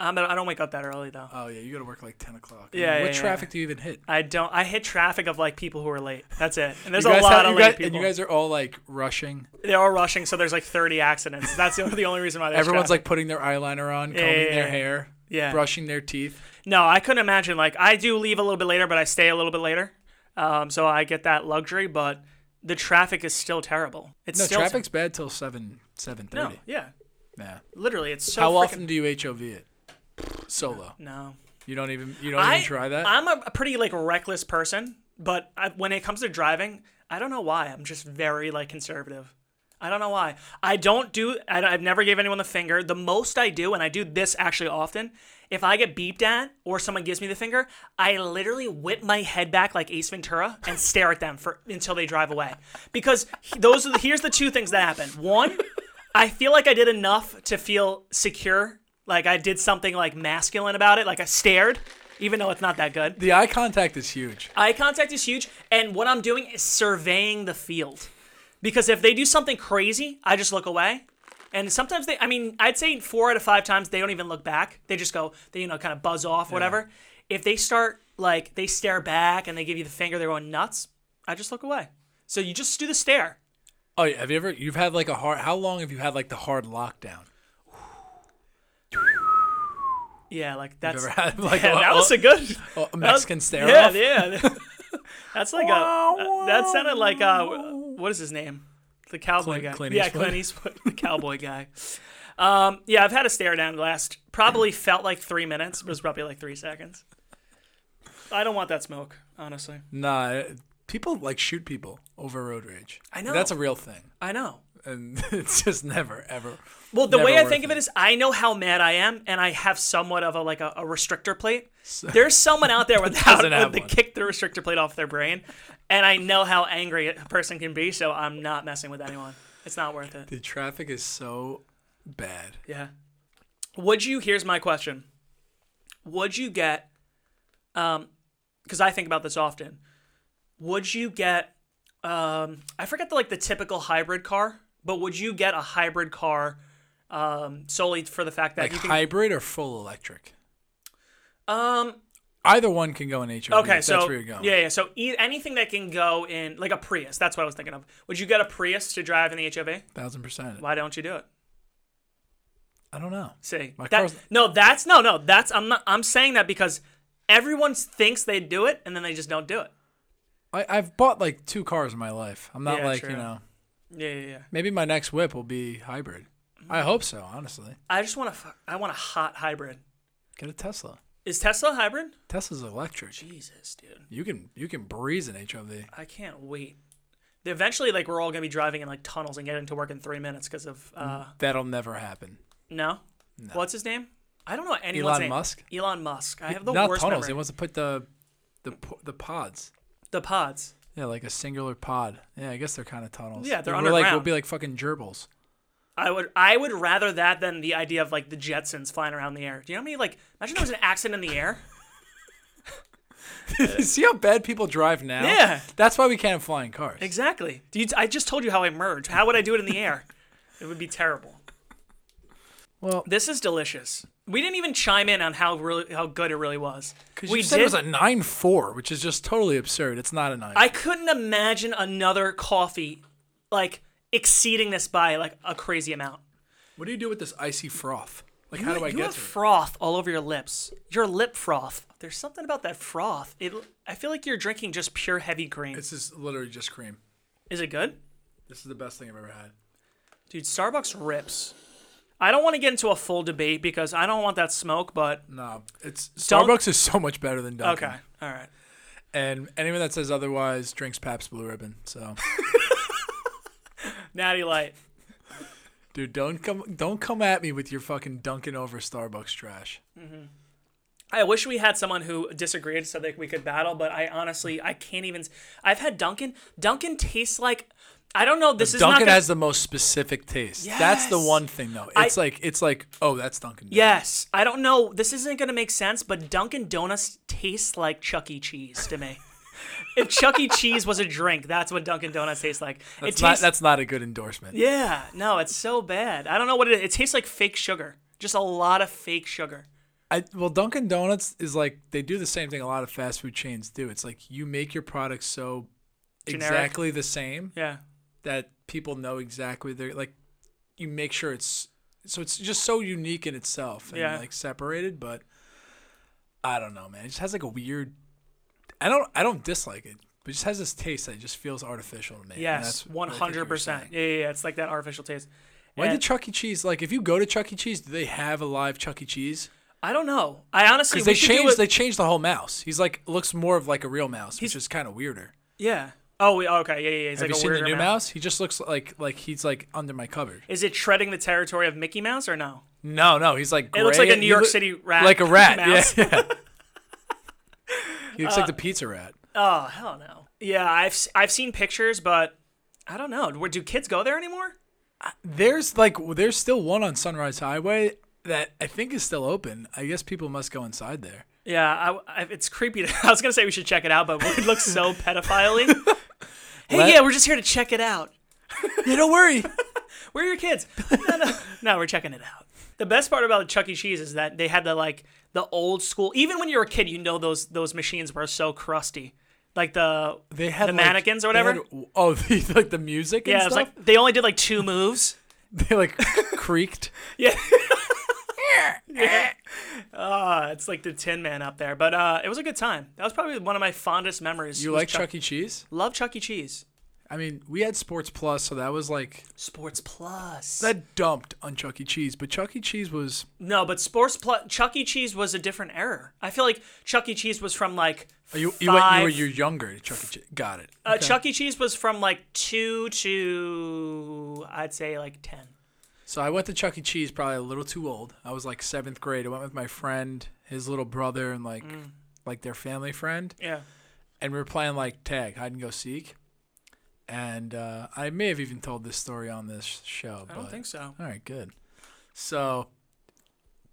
[SPEAKER 2] I'm, I don't wake up that early though.
[SPEAKER 1] Oh yeah, you got to work like ten o'clock.
[SPEAKER 2] Yeah, yeah,
[SPEAKER 1] what
[SPEAKER 2] yeah.
[SPEAKER 1] traffic do you even hit?
[SPEAKER 2] I don't. I hit traffic of like people who are late. That's it. And there's
[SPEAKER 1] You
[SPEAKER 2] a
[SPEAKER 1] guys
[SPEAKER 2] lot
[SPEAKER 1] have-
[SPEAKER 2] of
[SPEAKER 1] you
[SPEAKER 2] late
[SPEAKER 1] guys-
[SPEAKER 2] people.
[SPEAKER 1] and you guys are all like rushing.
[SPEAKER 2] they are rushing, so there's like 30 accidents. That's the (laughs) only, the only reason why there's
[SPEAKER 1] Everyone's
[SPEAKER 2] traffic.
[SPEAKER 1] like putting their eyeliner on, combing
[SPEAKER 2] yeah,
[SPEAKER 1] their
[SPEAKER 2] yeah.
[SPEAKER 1] hair,
[SPEAKER 2] Yeah.
[SPEAKER 1] brushing their teeth.
[SPEAKER 2] no, I couldn't imagine. Like I do leave a little bit later, but I stay a little bit later, um, so I get that luxury. But the traffic is still terrible. It's
[SPEAKER 1] No,
[SPEAKER 2] still
[SPEAKER 1] traffic's bad till seven seven
[SPEAKER 2] no,
[SPEAKER 1] thirty.
[SPEAKER 2] yeah,
[SPEAKER 1] Yeah.
[SPEAKER 2] literally, it's so.
[SPEAKER 1] How
[SPEAKER 2] freaking-
[SPEAKER 1] often do you HOV it? Solo.
[SPEAKER 2] No,
[SPEAKER 1] You don't even you don't
[SPEAKER 2] I
[SPEAKER 1] even try that.
[SPEAKER 2] I'm a, a pretty like reckless person, but I, when it comes to driving, I don't know why. I'm just very like conservative. I don't know why. I don't do. I don't- I've never gave anyone the finger. The most I do, and I do this actually often. If I get beeped at or someone gives me the finger, I literally whip my head back like Ace Ventura
[SPEAKER 1] (laughs)
[SPEAKER 2] and stare at them for until they drive away. Because he- those are the, here's the two things that happen. One, I feel like I did enough to feel secure. Like I did something like masculine about it. Like I stared, even though it's not that good.
[SPEAKER 1] The eye contact is huge.
[SPEAKER 2] Eye contact is huge, and what I'm doing is surveying the field. Because if they do something crazy, I just look away. And sometimes they, I mean, I'd say four out of five times they don't even look back. They just go, they, you know, kind of buzz off, whatever. If they start, like, they stare back and they give you the finger, they're going nuts, I just look away. So you just do the stare.
[SPEAKER 1] Oh, yeah. Have you ever? You've had like a hard. How long have you had like the hard lockdown?
[SPEAKER 2] Yeah, like that's.
[SPEAKER 1] Ever
[SPEAKER 2] (laughs)
[SPEAKER 1] had like
[SPEAKER 2] Yeah,
[SPEAKER 1] a,
[SPEAKER 2] that was a good.
[SPEAKER 1] a, a
[SPEAKER 2] that was-
[SPEAKER 1] Mexican stare
[SPEAKER 2] Yeah,
[SPEAKER 1] off?
[SPEAKER 2] yeah. (laughs) That's like a. that- That sounded like uh, what is his name? The cowboy
[SPEAKER 1] Clint-
[SPEAKER 2] guy.
[SPEAKER 1] Clint
[SPEAKER 2] yeah,
[SPEAKER 1] Eastwood.
[SPEAKER 2] Clint Eastwood, the cowboy guy. Um, yeah, I've had a stare down last. Probably felt like three minutes, but it was probably like three seconds. I don't want that smoke, honestly.
[SPEAKER 1] Nah, it- people like shoot people over road rage.
[SPEAKER 2] I know.
[SPEAKER 1] That's a real thing,
[SPEAKER 2] I know.
[SPEAKER 1] and (laughs) it's just never ever.
[SPEAKER 2] Well, the
[SPEAKER 1] Never
[SPEAKER 2] way I
[SPEAKER 1] worth
[SPEAKER 2] think of
[SPEAKER 1] it.
[SPEAKER 2] it is, I know how mad I am, and I have somewhat of a like a, a restrictor plate. (laughs) There's someone
[SPEAKER 1] (laughs)
[SPEAKER 2] out there without
[SPEAKER 1] Doesn't have
[SPEAKER 2] with the
[SPEAKER 1] one.
[SPEAKER 2] kick the restrictor plate off their brain, and I know how angry a person can be, so I'm not messing with anyone. It's not worth it.
[SPEAKER 1] The traffic is so bad.
[SPEAKER 2] Yeah. Would you? Here's my question. Would you get? Um, because I think about this often. Would you get? Um, I forget the like the typical hybrid car, but would you get a hybrid car? Um, solely for the fact that
[SPEAKER 1] Like
[SPEAKER 2] you can
[SPEAKER 1] hybrid or full electric.
[SPEAKER 2] Um.
[SPEAKER 1] Either one can go in HRV.
[SPEAKER 2] Okay.
[SPEAKER 1] if
[SPEAKER 2] so
[SPEAKER 1] that's where you're going.
[SPEAKER 2] yeah, yeah. So e- anything that can go in, like a Prius. That's what I was thinking of. Would you get a Prius to drive in the HOV?
[SPEAKER 1] thousand percent.
[SPEAKER 2] Why don't you do it?
[SPEAKER 1] I don't know.
[SPEAKER 2] See,
[SPEAKER 1] My
[SPEAKER 2] that,
[SPEAKER 1] car's-
[SPEAKER 2] no, that's no, no. That's I'm not. I'm saying that because everyone thinks they do it and then they just don't do it.
[SPEAKER 1] I, I've bought like two cars in my life. I'm not
[SPEAKER 2] Yeah,
[SPEAKER 1] like
[SPEAKER 2] true.
[SPEAKER 1] you know.
[SPEAKER 2] Yeah, yeah, yeah.
[SPEAKER 1] Maybe my next whip will be hybrid.
[SPEAKER 2] Mm.
[SPEAKER 1] I hope so. Honestly,
[SPEAKER 2] I just want to. I want a hot hybrid.
[SPEAKER 1] get a Tesla.
[SPEAKER 2] Is Tesla hybrid?
[SPEAKER 1] Tesla's electric.
[SPEAKER 2] Jesus, dude,
[SPEAKER 1] You can you can breeze an HRV.
[SPEAKER 2] I can't wait. Eventually, like we're all gonna be driving in like tunnels and getting to work in three minutes because of uh,
[SPEAKER 1] That'll never happen.
[SPEAKER 2] No. What's his name? I don't know anyone's
[SPEAKER 1] Elon
[SPEAKER 2] name.
[SPEAKER 1] Musk?
[SPEAKER 2] Elon Musk. I have the
[SPEAKER 1] Not
[SPEAKER 2] worst
[SPEAKER 1] tunnels. He
[SPEAKER 2] memory.
[SPEAKER 1] wants to put the the po- the pods.
[SPEAKER 2] The pods.
[SPEAKER 1] Yeah, like a singular pod. Yeah, I guess they're kind of tunnels.
[SPEAKER 2] Yeah, they're
[SPEAKER 1] we're like we'll
[SPEAKER 2] underground.
[SPEAKER 1] be like fucking gerbils.
[SPEAKER 2] I would I would rather that than the idea of like the Jetsons flying around the air. Do you know how many like imagine there was an accident in the air?
[SPEAKER 1] (laughs) See how bad people drive now?
[SPEAKER 2] Yeah.
[SPEAKER 1] That's why we can't have flying cars.
[SPEAKER 2] Exactly. Do you, I just told you how I merge. How would I do it in the air? It would be terrible.
[SPEAKER 1] Well,
[SPEAKER 2] This is delicious. We didn't even chime in on how really how good it really was.
[SPEAKER 1] because
[SPEAKER 2] we
[SPEAKER 1] you said
[SPEAKER 2] did.
[SPEAKER 1] it was a nine four, which is just totally absurd. It's not a nine.
[SPEAKER 2] I couldn't imagine another coffee like exceeding this by like a crazy amount.
[SPEAKER 1] what do you do with this icy froth? Like, how do I
[SPEAKER 2] you
[SPEAKER 1] get
[SPEAKER 2] have
[SPEAKER 1] to it?
[SPEAKER 2] froth all over your lips. Your lip froth. There's something about that froth. It. I feel like you're drinking just pure heavy cream.
[SPEAKER 1] This is literally just cream.
[SPEAKER 2] Is it good,
[SPEAKER 1] This is the best thing I've ever had.
[SPEAKER 2] dude? Starbucks rips. I don't want to get into a full debate because I don't want that smoke. But
[SPEAKER 1] No, it's
[SPEAKER 2] Don't-
[SPEAKER 1] Starbucks is so much better than Dunkin'.
[SPEAKER 2] okay, all right.
[SPEAKER 1] And anyone that says otherwise drinks Pabst Blue Ribbon. (laughs) So,
[SPEAKER 2] Natty Light.
[SPEAKER 1] dude, don't come don't come at me with your fucking Dunkin' over Starbucks trash.
[SPEAKER 2] I wish we had someone who disagreed so that we could battle. But I honestly, I can't even. s- I've had Dunkin'. Dunkin' tastes like. I don't know. This is not.
[SPEAKER 1] Dunkin'
[SPEAKER 2] gonna-
[SPEAKER 1] has the most specific taste. That's the
[SPEAKER 2] Yes.
[SPEAKER 1] one thing though.
[SPEAKER 2] I-
[SPEAKER 1] It's like it's like oh that's Dunkin'. Yeah.
[SPEAKER 2] Yes, I don't know. This isn't gonna make sense, but Dunkin' Donuts tastes like Chuck E. Cheese
[SPEAKER 1] (laughs)
[SPEAKER 2] to me. if Chuck E. Cheese was a drink, that's what Dunkin' Donuts tastes like.
[SPEAKER 1] That's
[SPEAKER 2] it
[SPEAKER 1] not
[SPEAKER 2] tastes.
[SPEAKER 1] that's not a good endorsement.
[SPEAKER 2] yeah, no, it's so bad. I don't know what it is. It tastes like fake sugar. Just a lot of fake sugar.
[SPEAKER 1] I, well, Dunkin' Donuts is like they do the same thing a lot of fast food chains do. It's like you make your product so
[SPEAKER 2] Generic.
[SPEAKER 1] exactly the same
[SPEAKER 2] Yeah.
[SPEAKER 1] that people know exactly they're like you make sure it's so it's just so unique in itself and
[SPEAKER 2] Yeah.
[SPEAKER 1] like separated but i don't know man it just has like a weird i don't i don't dislike it but it just has this taste that just feels artificial to me and
[SPEAKER 2] Yes,
[SPEAKER 1] that's what I
[SPEAKER 2] one
[SPEAKER 1] think you
[SPEAKER 2] hundred
[SPEAKER 1] were
[SPEAKER 2] percent.
[SPEAKER 1] saying.
[SPEAKER 2] Yeah, yeah, yeah. It's like that artificial taste.
[SPEAKER 1] why
[SPEAKER 2] And-
[SPEAKER 1] did chuck e cheese like if you go to chuck e cheese do they have a live chuck e cheese
[SPEAKER 2] I don't know. I honestly
[SPEAKER 1] because they
[SPEAKER 2] we should do
[SPEAKER 1] changed
[SPEAKER 2] a-
[SPEAKER 1] they changed the whole mouse he's like looks more of like a real mouse which is kind of weirder
[SPEAKER 2] yeah. Oh, we, okay, yeah, yeah, yeah. He's
[SPEAKER 1] Have
[SPEAKER 2] like
[SPEAKER 1] you
[SPEAKER 2] a
[SPEAKER 1] seen the
[SPEAKER 2] weirder
[SPEAKER 1] new
[SPEAKER 2] mouse.
[SPEAKER 1] mouse? He just looks like like he's like under my cupboard.
[SPEAKER 2] Is it treading the territory of Mickey Mouse or no?
[SPEAKER 1] No, no, he's like.
[SPEAKER 2] It looks
[SPEAKER 1] gray-
[SPEAKER 2] like a New
[SPEAKER 1] he
[SPEAKER 2] York
[SPEAKER 1] loo-
[SPEAKER 2] City rat. (laughs)
[SPEAKER 1] Like a
[SPEAKER 2] Mickey
[SPEAKER 1] rat.
[SPEAKER 2] Mouse.
[SPEAKER 1] Yeah.
[SPEAKER 2] (laughs)
[SPEAKER 1] yeah. he looks like the pizza rat.
[SPEAKER 2] Oh hell no. Yeah, I've s- I've seen pictures, but I don't know. Where do kids go there anymore?
[SPEAKER 1] There's like there's still one on Sunrise Highway that I think is still open. I guess people must go inside there.
[SPEAKER 2] Yeah, I, I, it's creepy. (laughs) To, I was gonna say we should check it out, but it looks (laughs) so pedophile hey,
[SPEAKER 1] Let-
[SPEAKER 2] yeah, we're just here to check it out.
[SPEAKER 1] (laughs) Yeah, don't worry.
[SPEAKER 2] Where are your kids? no, no, (laughs) no, we're checking it out. The best part about Chuck E. Cheese is that they had the like the old school. Even when you were a kid, you know those those machines were so crusty, like the
[SPEAKER 1] They had
[SPEAKER 2] the
[SPEAKER 1] like-
[SPEAKER 2] mannequins or
[SPEAKER 1] they
[SPEAKER 2] whatever.
[SPEAKER 1] had- oh, (laughs) the, like the music. And
[SPEAKER 2] yeah,
[SPEAKER 1] stuff?
[SPEAKER 2] it was like they only did like
[SPEAKER 1] (laughs)
[SPEAKER 2] two moves.
[SPEAKER 1] they like creaked.
[SPEAKER 2] (laughs) Yeah. Ah, it's like the Tin Man up there, but uh, it was a good time. That was probably one of my fondest memories.
[SPEAKER 1] You
[SPEAKER 2] was
[SPEAKER 1] like Chuck E. Cheese?
[SPEAKER 2] Love Chuck E. Cheese.
[SPEAKER 1] I mean, we had Sports Plus, so that was like
[SPEAKER 2] Sports Plus.
[SPEAKER 1] that dumped on Chuck E. Cheese. But Chuck E. Cheese was
[SPEAKER 2] no, but Sports Plus. Chuck E. Cheese was a different era. I feel like Chuck E. Cheese was from like
[SPEAKER 1] Are Oh, you,
[SPEAKER 2] five.
[SPEAKER 1] you, went, you were you're younger. at Chuck E. Cheese. Got it.
[SPEAKER 2] uh, Chuck E. Cheese was from like two to I'd say like ten.
[SPEAKER 1] so I went to Chuck E. Cheese probably a little too old. I was like seventh grade. I went with my friend, his little brother, and like
[SPEAKER 2] Mm.
[SPEAKER 1] like their family friend,
[SPEAKER 2] Yeah.
[SPEAKER 1] and we were playing like tag, hide and go seek. And uh, I may have even told this story on this show.
[SPEAKER 2] I don't
[SPEAKER 1] but
[SPEAKER 2] think so.
[SPEAKER 1] All right, good. So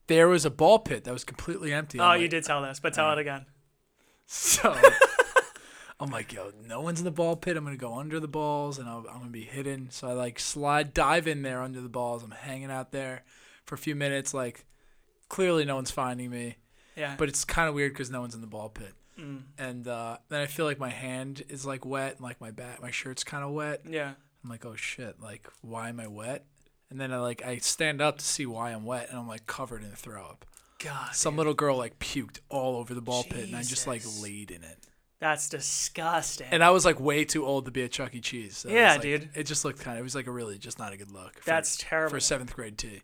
[SPEAKER 1] there was a ball pit that was completely empty.
[SPEAKER 2] Oh, you did tell this, but tell it again.
[SPEAKER 1] So I'm like, yo, no one's in the ball pit. I'm gonna go under the balls and I'll, I'm gonna be hidden. So I like slide dive in there under the balls. I'm hanging out there for a few minutes. Like clearly no one's finding me,
[SPEAKER 2] Yeah.
[SPEAKER 1] but it's kind of weird because no one's in the ball pit. And uh, then I feel like my hand is like wet and like my back, my shirt's kind of wet.
[SPEAKER 2] yeah.
[SPEAKER 1] I'm like, oh shit, like why am I wet? And then I like I stand up to see why I'm wet, and I'm like covered in throw up.
[SPEAKER 2] God,
[SPEAKER 1] Some little girl like puked all over the ball pit, and I just like
[SPEAKER 2] Jesus.
[SPEAKER 1] laid in it.
[SPEAKER 2] that's disgusting.
[SPEAKER 1] And I was like way too old to be at Chuck E. Cheese. So it was,
[SPEAKER 2] Yeah,
[SPEAKER 1] like-
[SPEAKER 2] dude.
[SPEAKER 1] It just looked kind of. It was like a really just not a good look. For,
[SPEAKER 2] That's terrible.
[SPEAKER 1] for seventh grade tea.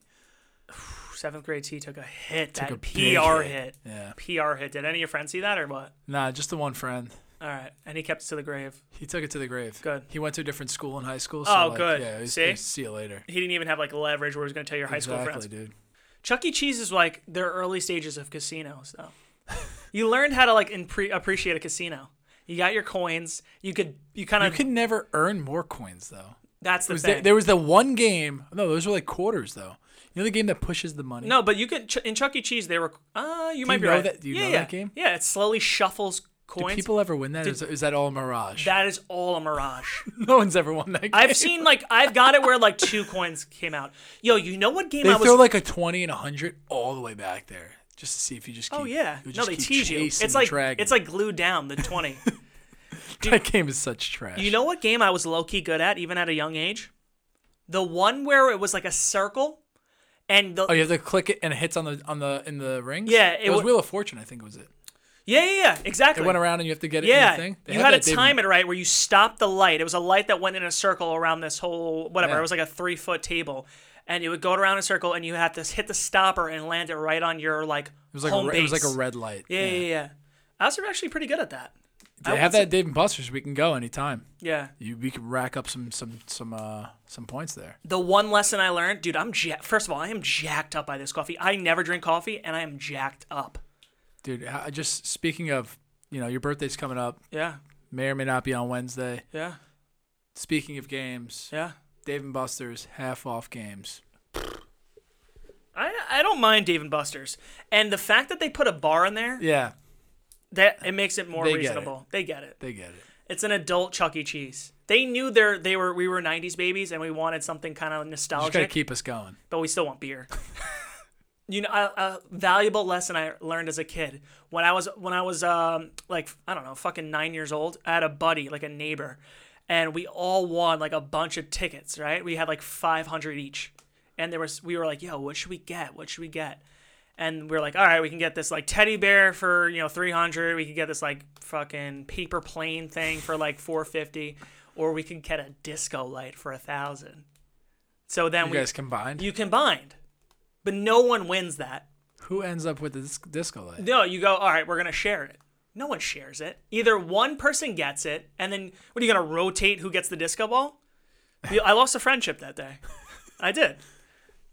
[SPEAKER 2] seventh grade T took a hit.
[SPEAKER 1] Took
[SPEAKER 2] that
[SPEAKER 1] a big
[SPEAKER 2] PR hit.
[SPEAKER 1] hit. Yeah.
[SPEAKER 2] PR hit. Did any of your friends see that or what?
[SPEAKER 1] Nah, just the one friend.
[SPEAKER 2] All right. And he kept it to the grave.
[SPEAKER 1] He took it to the grave.
[SPEAKER 2] Good.
[SPEAKER 1] He went to a different school in high school. So
[SPEAKER 2] Oh,
[SPEAKER 1] like,
[SPEAKER 2] good.
[SPEAKER 1] Yeah. It was,
[SPEAKER 2] See?
[SPEAKER 1] it was see you later.
[SPEAKER 2] He didn't even have like leverage where he was going to tell your high school
[SPEAKER 1] exactly,
[SPEAKER 2] friends.
[SPEAKER 1] dude.
[SPEAKER 2] Chuck E. Cheese is like their early stages of casinos, though. (laughs) you learned how to like impre- appreciate a casino. You got your coins. You could, you kind
[SPEAKER 1] You
[SPEAKER 2] of,
[SPEAKER 1] can never earn more coins though.
[SPEAKER 2] that's the
[SPEAKER 1] Was
[SPEAKER 2] thing.
[SPEAKER 1] there, there was the one game. No, those were like quarters though. You know the game that pushes the money.
[SPEAKER 2] no, but you could, in Chuck E. Cheese, they were, uh, you might be
[SPEAKER 1] know
[SPEAKER 2] right.
[SPEAKER 1] that- do you
[SPEAKER 2] yeah,
[SPEAKER 1] know
[SPEAKER 2] yeah.
[SPEAKER 1] that game?
[SPEAKER 2] Yeah, it slowly shuffles
[SPEAKER 1] Do
[SPEAKER 2] coins.
[SPEAKER 1] people ever win that? Is is that all a mirage?
[SPEAKER 2] that is all a mirage.
[SPEAKER 1] (laughs)
[SPEAKER 2] (laughs)
[SPEAKER 1] no one's ever won that. Game.
[SPEAKER 2] I've seen like I've got it where like two coins came out. Yo, you know what game
[SPEAKER 1] They
[SPEAKER 2] I was?
[SPEAKER 1] throw like a twenty and a hundred all the way back there, just to see if you just. Keep,
[SPEAKER 2] oh yeah,
[SPEAKER 1] you
[SPEAKER 2] no,
[SPEAKER 1] just
[SPEAKER 2] they
[SPEAKER 1] keep
[SPEAKER 2] tease you.
[SPEAKER 1] chasing
[SPEAKER 2] It's
[SPEAKER 1] the
[SPEAKER 2] like
[SPEAKER 1] dragon.
[SPEAKER 2] it's like glued down the twenty.
[SPEAKER 1] (laughs) that game is such trash.
[SPEAKER 2] you know what game I was low key good at even at a young age? The one where it was like a circle, and the
[SPEAKER 1] Oh, you have to click it and it hits on the on the in the rings.
[SPEAKER 2] Yeah, it
[SPEAKER 1] it, was
[SPEAKER 2] wa-
[SPEAKER 1] Wheel of Fortune. I think was it.
[SPEAKER 2] yeah yeah yeah exactly.
[SPEAKER 1] It went around and you have to get it.
[SPEAKER 2] yeah,
[SPEAKER 1] in the thing. They
[SPEAKER 2] you had,
[SPEAKER 1] that
[SPEAKER 2] to
[SPEAKER 1] David-
[SPEAKER 2] time it right where you stopped the light. It was a light that went in a circle around this whole whatever.
[SPEAKER 1] Yeah.
[SPEAKER 2] It was like a three foot table, and it would go around in a circle, and you had to hit the stopper and land it right on your like
[SPEAKER 1] It was like
[SPEAKER 2] home
[SPEAKER 1] a, re- it was like
[SPEAKER 2] base.
[SPEAKER 1] a red light.
[SPEAKER 2] Yeah, yeah, yeah. I was actually pretty good at that. I
[SPEAKER 1] They have
[SPEAKER 2] would say-
[SPEAKER 1] that at Dave and Buster's. We can go anytime.
[SPEAKER 2] Yeah.
[SPEAKER 1] You we can rack up some some some uh some points there.
[SPEAKER 2] The one lesson I learned, dude, I'm ja- first of all, I am jacked up by this coffee. I never drink coffee, and I am jacked up.
[SPEAKER 1] Dude, I I just speaking of, you know, your birthday's coming up.
[SPEAKER 2] Yeah,
[SPEAKER 1] May or may not be on Wednesday.
[SPEAKER 2] yeah,
[SPEAKER 1] Speaking of games,
[SPEAKER 2] yeah.
[SPEAKER 1] Dave and Buster's half off games.
[SPEAKER 2] I I don't mind Dave and Buster's, and the fact that they put a bar in there,
[SPEAKER 1] Yeah,
[SPEAKER 2] that it makes it more
[SPEAKER 1] They get it.
[SPEAKER 2] reasonable. They get it.
[SPEAKER 1] they get it.
[SPEAKER 2] It's an adult Chuck E. Cheese. They knew their they were we were '90s babies, and we wanted something kind of
[SPEAKER 1] Just gotta
[SPEAKER 2] nostalgic.
[SPEAKER 1] keep us going.
[SPEAKER 2] but we still want beer. you know, a, a valuable lesson I learned as a kid when I was when I was um, like I don't know, fucking nine years old. I had a buddy, like a neighbor, and we all won like a bunch of tickets. Right, we had like five hundred each, and there was we were like, yo, what should we get? What should we get? And we were like, all right, we can get this like teddy bear for you know three hundred. We could get this like fucking paper plane thing for like four fifty, or we could get a disco light for a thousand. So then
[SPEAKER 1] You
[SPEAKER 2] we
[SPEAKER 1] guys combined.
[SPEAKER 2] you combined. But no one wins that.
[SPEAKER 1] Who ends up with the disc- disco light?
[SPEAKER 2] No, you go, all right, we're going to share it. No one shares it. Either one person gets it, and then what are you gonna rotate who gets the disco ball? We- I lost a friendship that day. I did.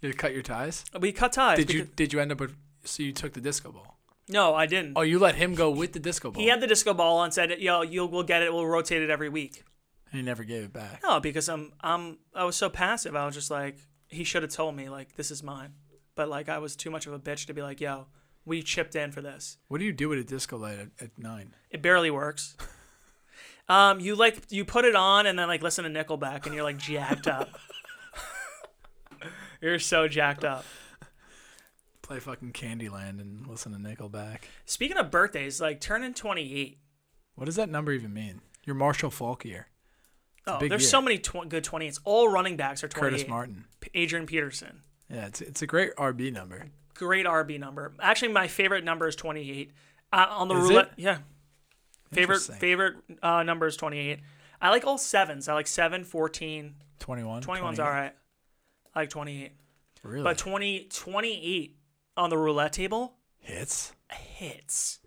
[SPEAKER 1] You cut your ties.
[SPEAKER 2] We cut ties.
[SPEAKER 1] Did you
[SPEAKER 2] because-
[SPEAKER 1] did you end up with? So you took the disco ball.
[SPEAKER 2] No, I didn't.
[SPEAKER 1] Oh, you let him go with the disco ball.
[SPEAKER 2] He had the disco ball and said, "Yo, you'll we'll get it. We'll rotate it every week."
[SPEAKER 1] and he never gave it back.
[SPEAKER 2] No, because I'm I'm I was so passive. I was just like, he should have told me like this is mine, but like I was too much of a bitch to be like, "Yo, we chipped in for this."
[SPEAKER 1] What do you do with a disco light at, at nine?
[SPEAKER 2] It barely
[SPEAKER 1] (laughs)
[SPEAKER 2] works. Um, you like you put it on and then like listen to Nickelback and you're like
[SPEAKER 1] (laughs)
[SPEAKER 2] jacked up. you're so jacked up.
[SPEAKER 1] Play fucking Candyland and listen to Nickelback.
[SPEAKER 2] Speaking of birthdays, like turning 28.
[SPEAKER 1] What does that number even mean? You're Marshall Falkier,
[SPEAKER 2] Oh,
[SPEAKER 1] big
[SPEAKER 2] there's
[SPEAKER 1] year.
[SPEAKER 2] so many tw- good 28s. All running backs are 28.
[SPEAKER 1] Curtis Martin.
[SPEAKER 2] P- Adrian Peterson.
[SPEAKER 1] Yeah, it's it's a great RB number.
[SPEAKER 2] Great RB number. Actually, my favorite number is 28. Uh, on the
[SPEAKER 1] Is
[SPEAKER 2] roulette,
[SPEAKER 1] it?
[SPEAKER 2] yeah. Favorite
[SPEAKER 1] Interesting.
[SPEAKER 2] favorite uh, number is 28. I like all sevens. I like 7, 14,
[SPEAKER 1] 21.
[SPEAKER 2] 21's
[SPEAKER 1] 28.
[SPEAKER 2] all right. I like 28.
[SPEAKER 1] Really?
[SPEAKER 2] But 20, 28 on the roulette table
[SPEAKER 1] Hits?
[SPEAKER 2] hits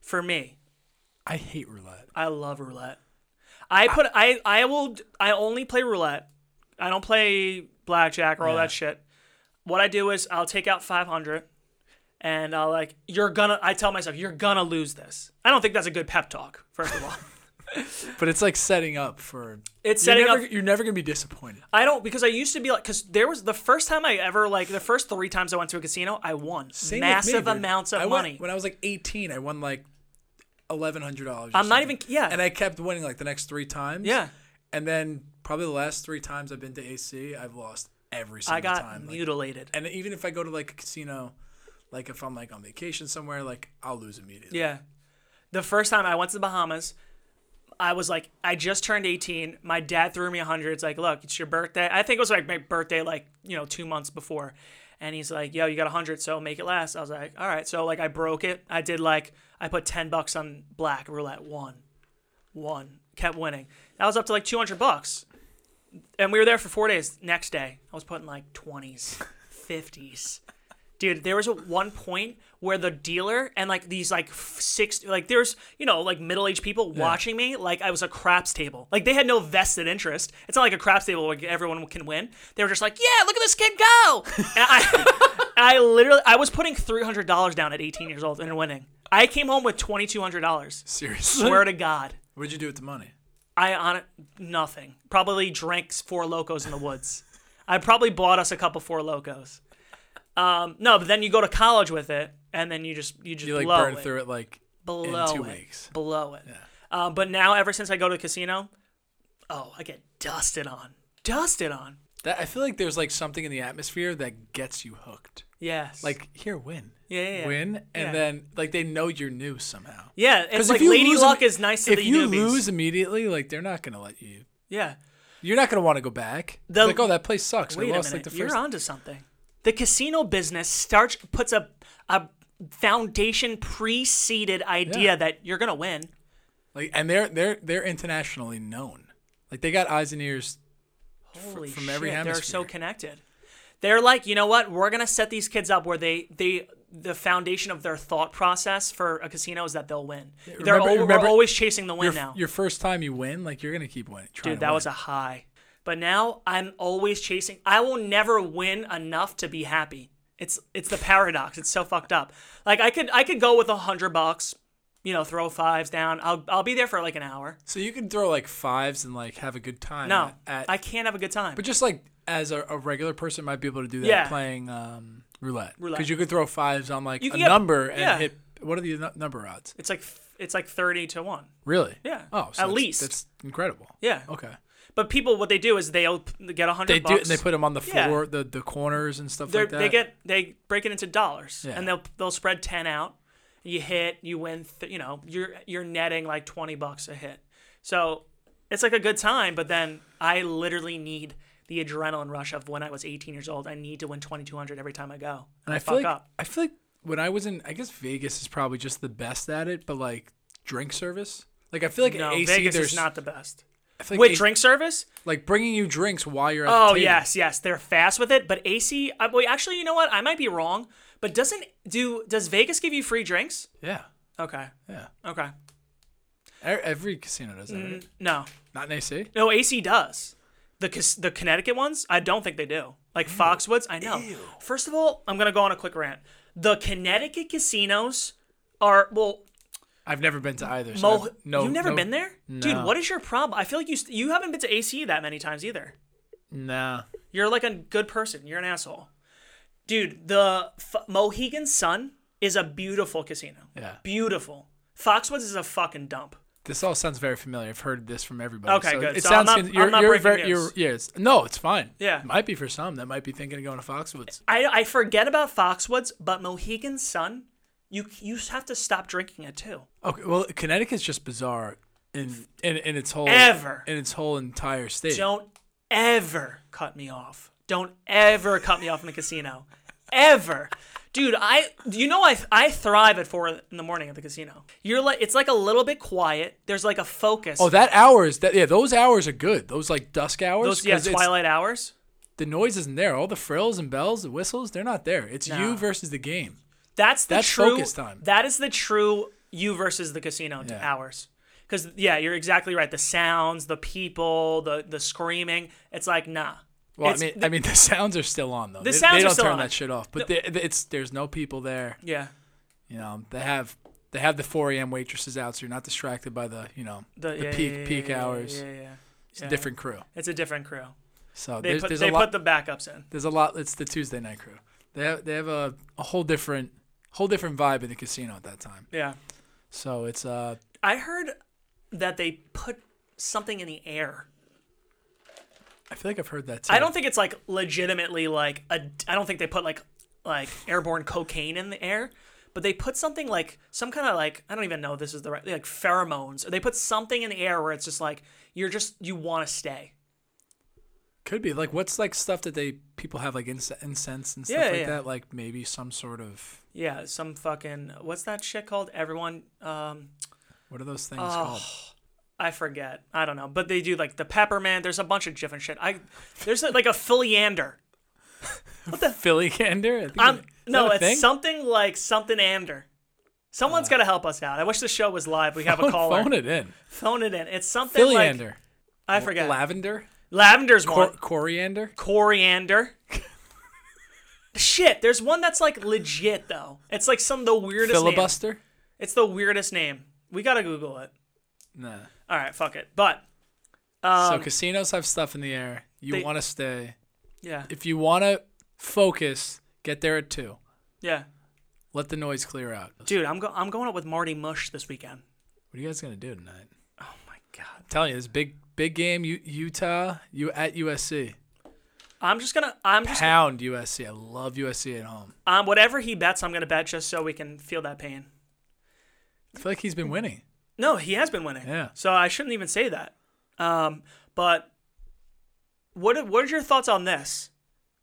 [SPEAKER 2] for me.
[SPEAKER 1] I hate roulette.
[SPEAKER 2] I love roulette. I put I I will I only play roulette. I don't play blackjack or all
[SPEAKER 1] Yeah.
[SPEAKER 2] that shit. What I do is I'll take out 500 and I'll like you're gonna I tell myself you're gonna lose this. I don't think that's a good pep talk
[SPEAKER 1] (laughs)
[SPEAKER 2] first of all.
[SPEAKER 1] But it's like setting up for.
[SPEAKER 2] It's
[SPEAKER 1] you're
[SPEAKER 2] setting
[SPEAKER 1] never,
[SPEAKER 2] up-
[SPEAKER 1] You're never going to be disappointed.
[SPEAKER 2] I don't because I used to be like because there was the first time I ever like the first 3 times I went to a casino, I won
[SPEAKER 1] Same with me,
[SPEAKER 2] massive
[SPEAKER 1] dude.
[SPEAKER 2] amounts of
[SPEAKER 1] I went-
[SPEAKER 2] money.
[SPEAKER 1] when I was like 18, I won like $1,100. or
[SPEAKER 2] I'm not
[SPEAKER 1] something.
[SPEAKER 2] even yeah.
[SPEAKER 1] And I kept winning like the next three times.
[SPEAKER 2] yeah.
[SPEAKER 1] And then probably the last three times I've been to AC, I've lost every single
[SPEAKER 2] I got
[SPEAKER 1] time. Like,
[SPEAKER 2] mutilated.
[SPEAKER 1] and even if I go to like a casino, like if I'm like on vacation somewhere, like I'll lose immediately.
[SPEAKER 2] Yeah. The first time I went to the Bahamas, I was like, I just turned 18. My dad threw me a 100. It's like, look, it's your birthday. I think it was like my birthday, like, you know, two months before. And he's like, yo, you got a 100, so make it last. I was like, all right. So, like, I broke it. I did like, I put 10 bucks on black roulette, one, one, kept winning. That was up to like 200 bucks. And we were there for four days. Next day, I was putting like 20s, 50s. Dude, there was a one point where the dealer and like these like f- six like there's you know like middle aged people watching me like I was a craps table like they had no vested interest. It's not like a craps table where everyone can win. They were just like, yeah, look at this kid go. and I, (laughs) I literally I was putting three hundred dollars down at eighteen years old and winning. I came home with twenty two hundred dollars. (laughs)
[SPEAKER 1] Seriously.
[SPEAKER 2] Swear to God,
[SPEAKER 1] What'd you do with the money?
[SPEAKER 2] I on nothing. Probably drank four locos in the woods. I probably bought us a couple four locos. Um, no, but then you go to college with it, and then you just you just
[SPEAKER 1] You like
[SPEAKER 2] blow
[SPEAKER 1] burned
[SPEAKER 2] it.
[SPEAKER 1] through it like
[SPEAKER 2] blow
[SPEAKER 1] in two
[SPEAKER 2] it.
[SPEAKER 1] weeks.
[SPEAKER 2] Blow it. Uh, but now, ever since I go to a casino, oh, I get dusted on, dusted on.
[SPEAKER 1] That I feel like there's like something in the atmosphere that gets you hooked.
[SPEAKER 2] Yes,
[SPEAKER 1] Like here, win.
[SPEAKER 2] Yeah, yeah, yeah.
[SPEAKER 1] Win, and
[SPEAKER 2] Yeah.
[SPEAKER 1] then like they know you're new somehow.
[SPEAKER 2] yeah, it's
[SPEAKER 1] 'Cause
[SPEAKER 2] like
[SPEAKER 1] if you
[SPEAKER 2] lady
[SPEAKER 1] lose
[SPEAKER 2] luck
[SPEAKER 1] im-
[SPEAKER 2] is nice to
[SPEAKER 1] If
[SPEAKER 2] the
[SPEAKER 1] you
[SPEAKER 2] newbies.
[SPEAKER 1] lose immediately, like they're not gonna let you.
[SPEAKER 2] yeah.
[SPEAKER 1] You're not gonna want to go back.
[SPEAKER 2] The-
[SPEAKER 1] like oh, that place sucks.
[SPEAKER 2] Wait
[SPEAKER 1] I
[SPEAKER 2] a
[SPEAKER 1] lost
[SPEAKER 2] minute,
[SPEAKER 1] like the 1st
[SPEAKER 2] you're onto something. The casino business starts puts a a foundation preceded idea
[SPEAKER 1] Yeah.
[SPEAKER 2] that you're gonna win.
[SPEAKER 1] Like, and they're they're they're internationally known. Like they got eyes and ears.
[SPEAKER 2] Holy
[SPEAKER 1] from
[SPEAKER 2] shit,
[SPEAKER 1] every
[SPEAKER 2] they're so
[SPEAKER 1] hemisphere.
[SPEAKER 2] connected. They're like, you know what? We're gonna set these kids up where they they the foundation of their thought process for a casino is that they'll win. they're
[SPEAKER 1] remember-
[SPEAKER 2] al- we're
[SPEAKER 1] remember-
[SPEAKER 2] always chasing the win
[SPEAKER 1] Your,
[SPEAKER 2] now.
[SPEAKER 1] your first time you win, like you're gonna keep winning. trying to
[SPEAKER 2] Dude, that
[SPEAKER 1] win.
[SPEAKER 2] was a high. But now I'm always chasing. I will never win enough to be happy. It's it's the paradox. It's so fucked up. Like I could I could go with a hundred bucks, you know, throw fives down. I'll I'll be there for like an hour.
[SPEAKER 1] So you can throw like fives and like have a good time.
[SPEAKER 2] No,
[SPEAKER 1] at,
[SPEAKER 2] I can't have a good time.
[SPEAKER 1] but just like as a, a regular person might be able to do that
[SPEAKER 2] Yeah.
[SPEAKER 1] playing um, roulette
[SPEAKER 2] Roulette.
[SPEAKER 1] because you could throw fives on like
[SPEAKER 2] You
[SPEAKER 1] a
[SPEAKER 2] can get-
[SPEAKER 1] number and
[SPEAKER 2] yeah.
[SPEAKER 1] hit. What are the nu- number odds?
[SPEAKER 2] it's like it's like thirty to one.
[SPEAKER 1] Really?
[SPEAKER 2] Yeah.
[SPEAKER 1] Oh, so
[SPEAKER 2] At
[SPEAKER 1] that's-
[SPEAKER 2] least.
[SPEAKER 1] that's incredible.
[SPEAKER 2] Yeah.
[SPEAKER 1] Okay.
[SPEAKER 2] But people, what they do is they'll p- get a
[SPEAKER 1] Oh. They
[SPEAKER 2] hundred
[SPEAKER 1] do. it
[SPEAKER 2] bucks.
[SPEAKER 1] And they put them on the
[SPEAKER 2] Yeah.
[SPEAKER 1] floor, the the corners and stuff
[SPEAKER 2] They're-
[SPEAKER 1] like that.
[SPEAKER 2] they get they break it into dollars,
[SPEAKER 1] Yeah.
[SPEAKER 2] and they'll they'll spread ten out. You hit, you win. Th- you know, you're you're netting like twenty bucks a hit. So it's like a good time. But then I literally need the adrenaline rush of when I was 18 years old. I need to win 2200 every time I go.
[SPEAKER 1] And I,
[SPEAKER 2] fuck
[SPEAKER 1] feel like
[SPEAKER 2] up.
[SPEAKER 1] I feel like when I was in, I guess Vegas is probably just the best at it. But like drink service, like I feel like
[SPEAKER 2] No,
[SPEAKER 1] at AC
[SPEAKER 2] Vegas
[SPEAKER 1] there's
[SPEAKER 2] is not the best.
[SPEAKER 1] I feel like
[SPEAKER 2] With
[SPEAKER 1] A-
[SPEAKER 2] drink service,
[SPEAKER 1] like bringing you drinks while you're at the
[SPEAKER 2] Oh
[SPEAKER 1] table.
[SPEAKER 2] yes, yes, they're fast with it. But uh, AC, I, wait, actually, you know what? I might be wrong. But doesn't do does Vegas give you free drinks?
[SPEAKER 1] yeah.
[SPEAKER 2] Okay.
[SPEAKER 1] Yeah.
[SPEAKER 2] Okay.
[SPEAKER 1] E- Every casino does that. right?
[SPEAKER 2] Mm, no.
[SPEAKER 1] Not in AC.
[SPEAKER 2] No, AC does. The Cas- the Connecticut ones, I don't think they do. Like Foxwoods, I know. First of all, I'm gonna go on a quick rant. The Connecticut casinos are well,
[SPEAKER 1] I've never been to either. So
[SPEAKER 2] Mo-
[SPEAKER 1] I've- Uh, no,
[SPEAKER 2] you've never
[SPEAKER 1] no-
[SPEAKER 2] been there, dude.
[SPEAKER 1] No.
[SPEAKER 2] What is your problem? I feel like you st- you haven't been to AC that many times either.
[SPEAKER 1] Nah.
[SPEAKER 2] You're like a good person. You're an asshole, dude. The F- Mohegan Sun is a beautiful casino.
[SPEAKER 1] Yeah.
[SPEAKER 2] Beautiful. Foxwoods is a fucking dump.
[SPEAKER 1] This all sounds very familiar. I've heard this from everybody.
[SPEAKER 2] Okay,
[SPEAKER 1] so
[SPEAKER 2] good.
[SPEAKER 1] It
[SPEAKER 2] So
[SPEAKER 1] sounds
[SPEAKER 2] I'm not-
[SPEAKER 1] con-
[SPEAKER 2] I'm
[SPEAKER 1] you're,
[SPEAKER 2] not
[SPEAKER 1] you're
[SPEAKER 2] breaking
[SPEAKER 1] very,
[SPEAKER 2] news.
[SPEAKER 1] you're, yeah, it's, no, it's fine.
[SPEAKER 2] Yeah.
[SPEAKER 1] might be for some that might be thinking of going to Foxwoods.
[SPEAKER 2] I, I forget about Foxwoods, but Mohegan Sun, you you have to stop drinking it too.
[SPEAKER 1] Okay, well, Connecticut's just bizarre in in, in its whole
[SPEAKER 2] Ever.
[SPEAKER 1] in its whole entire state.
[SPEAKER 2] Don't ever cut me off. Don't ever cut me off in the casino, ever, dude. I you know I I thrive at four in the morning at the casino. You're like it's like a little bit quiet. There's like a focus.
[SPEAKER 1] Oh, that hours that yeah, those hours are good. Those like dusk hours.
[SPEAKER 2] those yeah
[SPEAKER 1] 'cause it's-
[SPEAKER 2] twilight hours.
[SPEAKER 1] The noise isn't there. All the frills and bells, the whistles, they're not there. It's
[SPEAKER 2] No.
[SPEAKER 1] you versus the game.
[SPEAKER 2] That's the
[SPEAKER 1] That's
[SPEAKER 2] true
[SPEAKER 1] focus time.
[SPEAKER 2] That is the true you versus the casino t-
[SPEAKER 1] Yeah.
[SPEAKER 2] hours. Because yeah, you're exactly right. The sounds, the people, the the screaming. It's like nah.
[SPEAKER 1] Well,
[SPEAKER 2] It's-
[SPEAKER 1] I mean, (laughs) I mean, the sounds are still on though. The they, they
[SPEAKER 2] sounds are
[SPEAKER 1] don't
[SPEAKER 2] still
[SPEAKER 1] turn
[SPEAKER 2] on.
[SPEAKER 1] that shit off. But they- it's there's no people there.
[SPEAKER 2] yeah,
[SPEAKER 1] You know, they have they have the 4 a.m. waitresses out, so you're not distracted by the you know
[SPEAKER 2] the,
[SPEAKER 1] the
[SPEAKER 2] yeah,
[SPEAKER 1] peak
[SPEAKER 2] yeah, yeah,
[SPEAKER 1] peak
[SPEAKER 2] yeah, yeah,
[SPEAKER 1] hours.
[SPEAKER 2] Yeah, yeah, yeah.
[SPEAKER 1] It's a different crew.
[SPEAKER 2] It's a different crew.
[SPEAKER 1] So
[SPEAKER 2] They
[SPEAKER 1] there's,
[SPEAKER 2] put
[SPEAKER 1] there's
[SPEAKER 2] they
[SPEAKER 1] a lot.
[SPEAKER 2] put the backups in.
[SPEAKER 1] There's a lot. It's the Tuesday night crew. They have, they have a, a whole different whole different vibe in the casino at that time.
[SPEAKER 2] Yeah,
[SPEAKER 1] So it's uh
[SPEAKER 2] I heard that they put something in the air.
[SPEAKER 1] I feel like I've heard that too.
[SPEAKER 2] I don't think it's like legitimately like a. I don't think they put like like airborne cocaine in the air, but they put something like some kind of like I don't even know if this is the right like pheromones. Or they put something in the air where it's just like you're just you want to stay.
[SPEAKER 1] could be like what's like stuff that they people have like inc- incense and stuff
[SPEAKER 2] Yeah,
[SPEAKER 1] like
[SPEAKER 2] yeah.
[SPEAKER 1] that. Like maybe some sort of
[SPEAKER 2] Yeah, some fucking what's that shit called? Everyone, um,
[SPEAKER 1] what are those things
[SPEAKER 2] Oh.
[SPEAKER 1] called?
[SPEAKER 2] I forget. I don't know, but they do like the peppermint. There's a bunch of different shit. I there's like a filiander.
[SPEAKER 1] Philly gander. I think
[SPEAKER 2] I'm,
[SPEAKER 1] it- is
[SPEAKER 2] no,
[SPEAKER 1] that a
[SPEAKER 2] it's
[SPEAKER 1] thing? Uh.
[SPEAKER 2] something like something ander. Someone's got to help us out. I wish the show was live. We have a
[SPEAKER 1] (laughs)
[SPEAKER 2] caller.
[SPEAKER 1] Phone it in.
[SPEAKER 2] Phone it in. It's something
[SPEAKER 1] Philly
[SPEAKER 2] like
[SPEAKER 1] gander.
[SPEAKER 2] I forget.
[SPEAKER 1] Lavender.
[SPEAKER 2] Lavender's
[SPEAKER 1] Cor-
[SPEAKER 2] one.
[SPEAKER 1] coriander.
[SPEAKER 2] Coriander. Shit, there's one that's like legit though. It's like some of the weirdest name.
[SPEAKER 1] Filibuster.
[SPEAKER 2] It's the weirdest name. We gotta Google it.
[SPEAKER 1] Nah.
[SPEAKER 2] All right, fuck it. But
[SPEAKER 1] so casinos have stuff in the air. You
[SPEAKER 2] Um, they-
[SPEAKER 1] want to stay.
[SPEAKER 2] yeah,
[SPEAKER 1] If you want to focus, get there at two.
[SPEAKER 2] yeah,
[SPEAKER 1] Let the noise clear out. What
[SPEAKER 2] dude, I'm go- I'm going up with Marty Mush this weekend.
[SPEAKER 1] are you guys gonna do tonight?
[SPEAKER 2] Oh my god,
[SPEAKER 1] I'm telling you, this big big game. U- Utah. You at USC.
[SPEAKER 2] I'm just gonna I'm just
[SPEAKER 1] Pound USC. I love USC at home.
[SPEAKER 2] um whatever he bets, I'm gonna bet just so we can feel that pain.
[SPEAKER 1] I feel like he's been winning.
[SPEAKER 2] No, he has been winning.
[SPEAKER 1] Yeah.
[SPEAKER 2] So I shouldn't even say that. Um, but what what are your thoughts on this?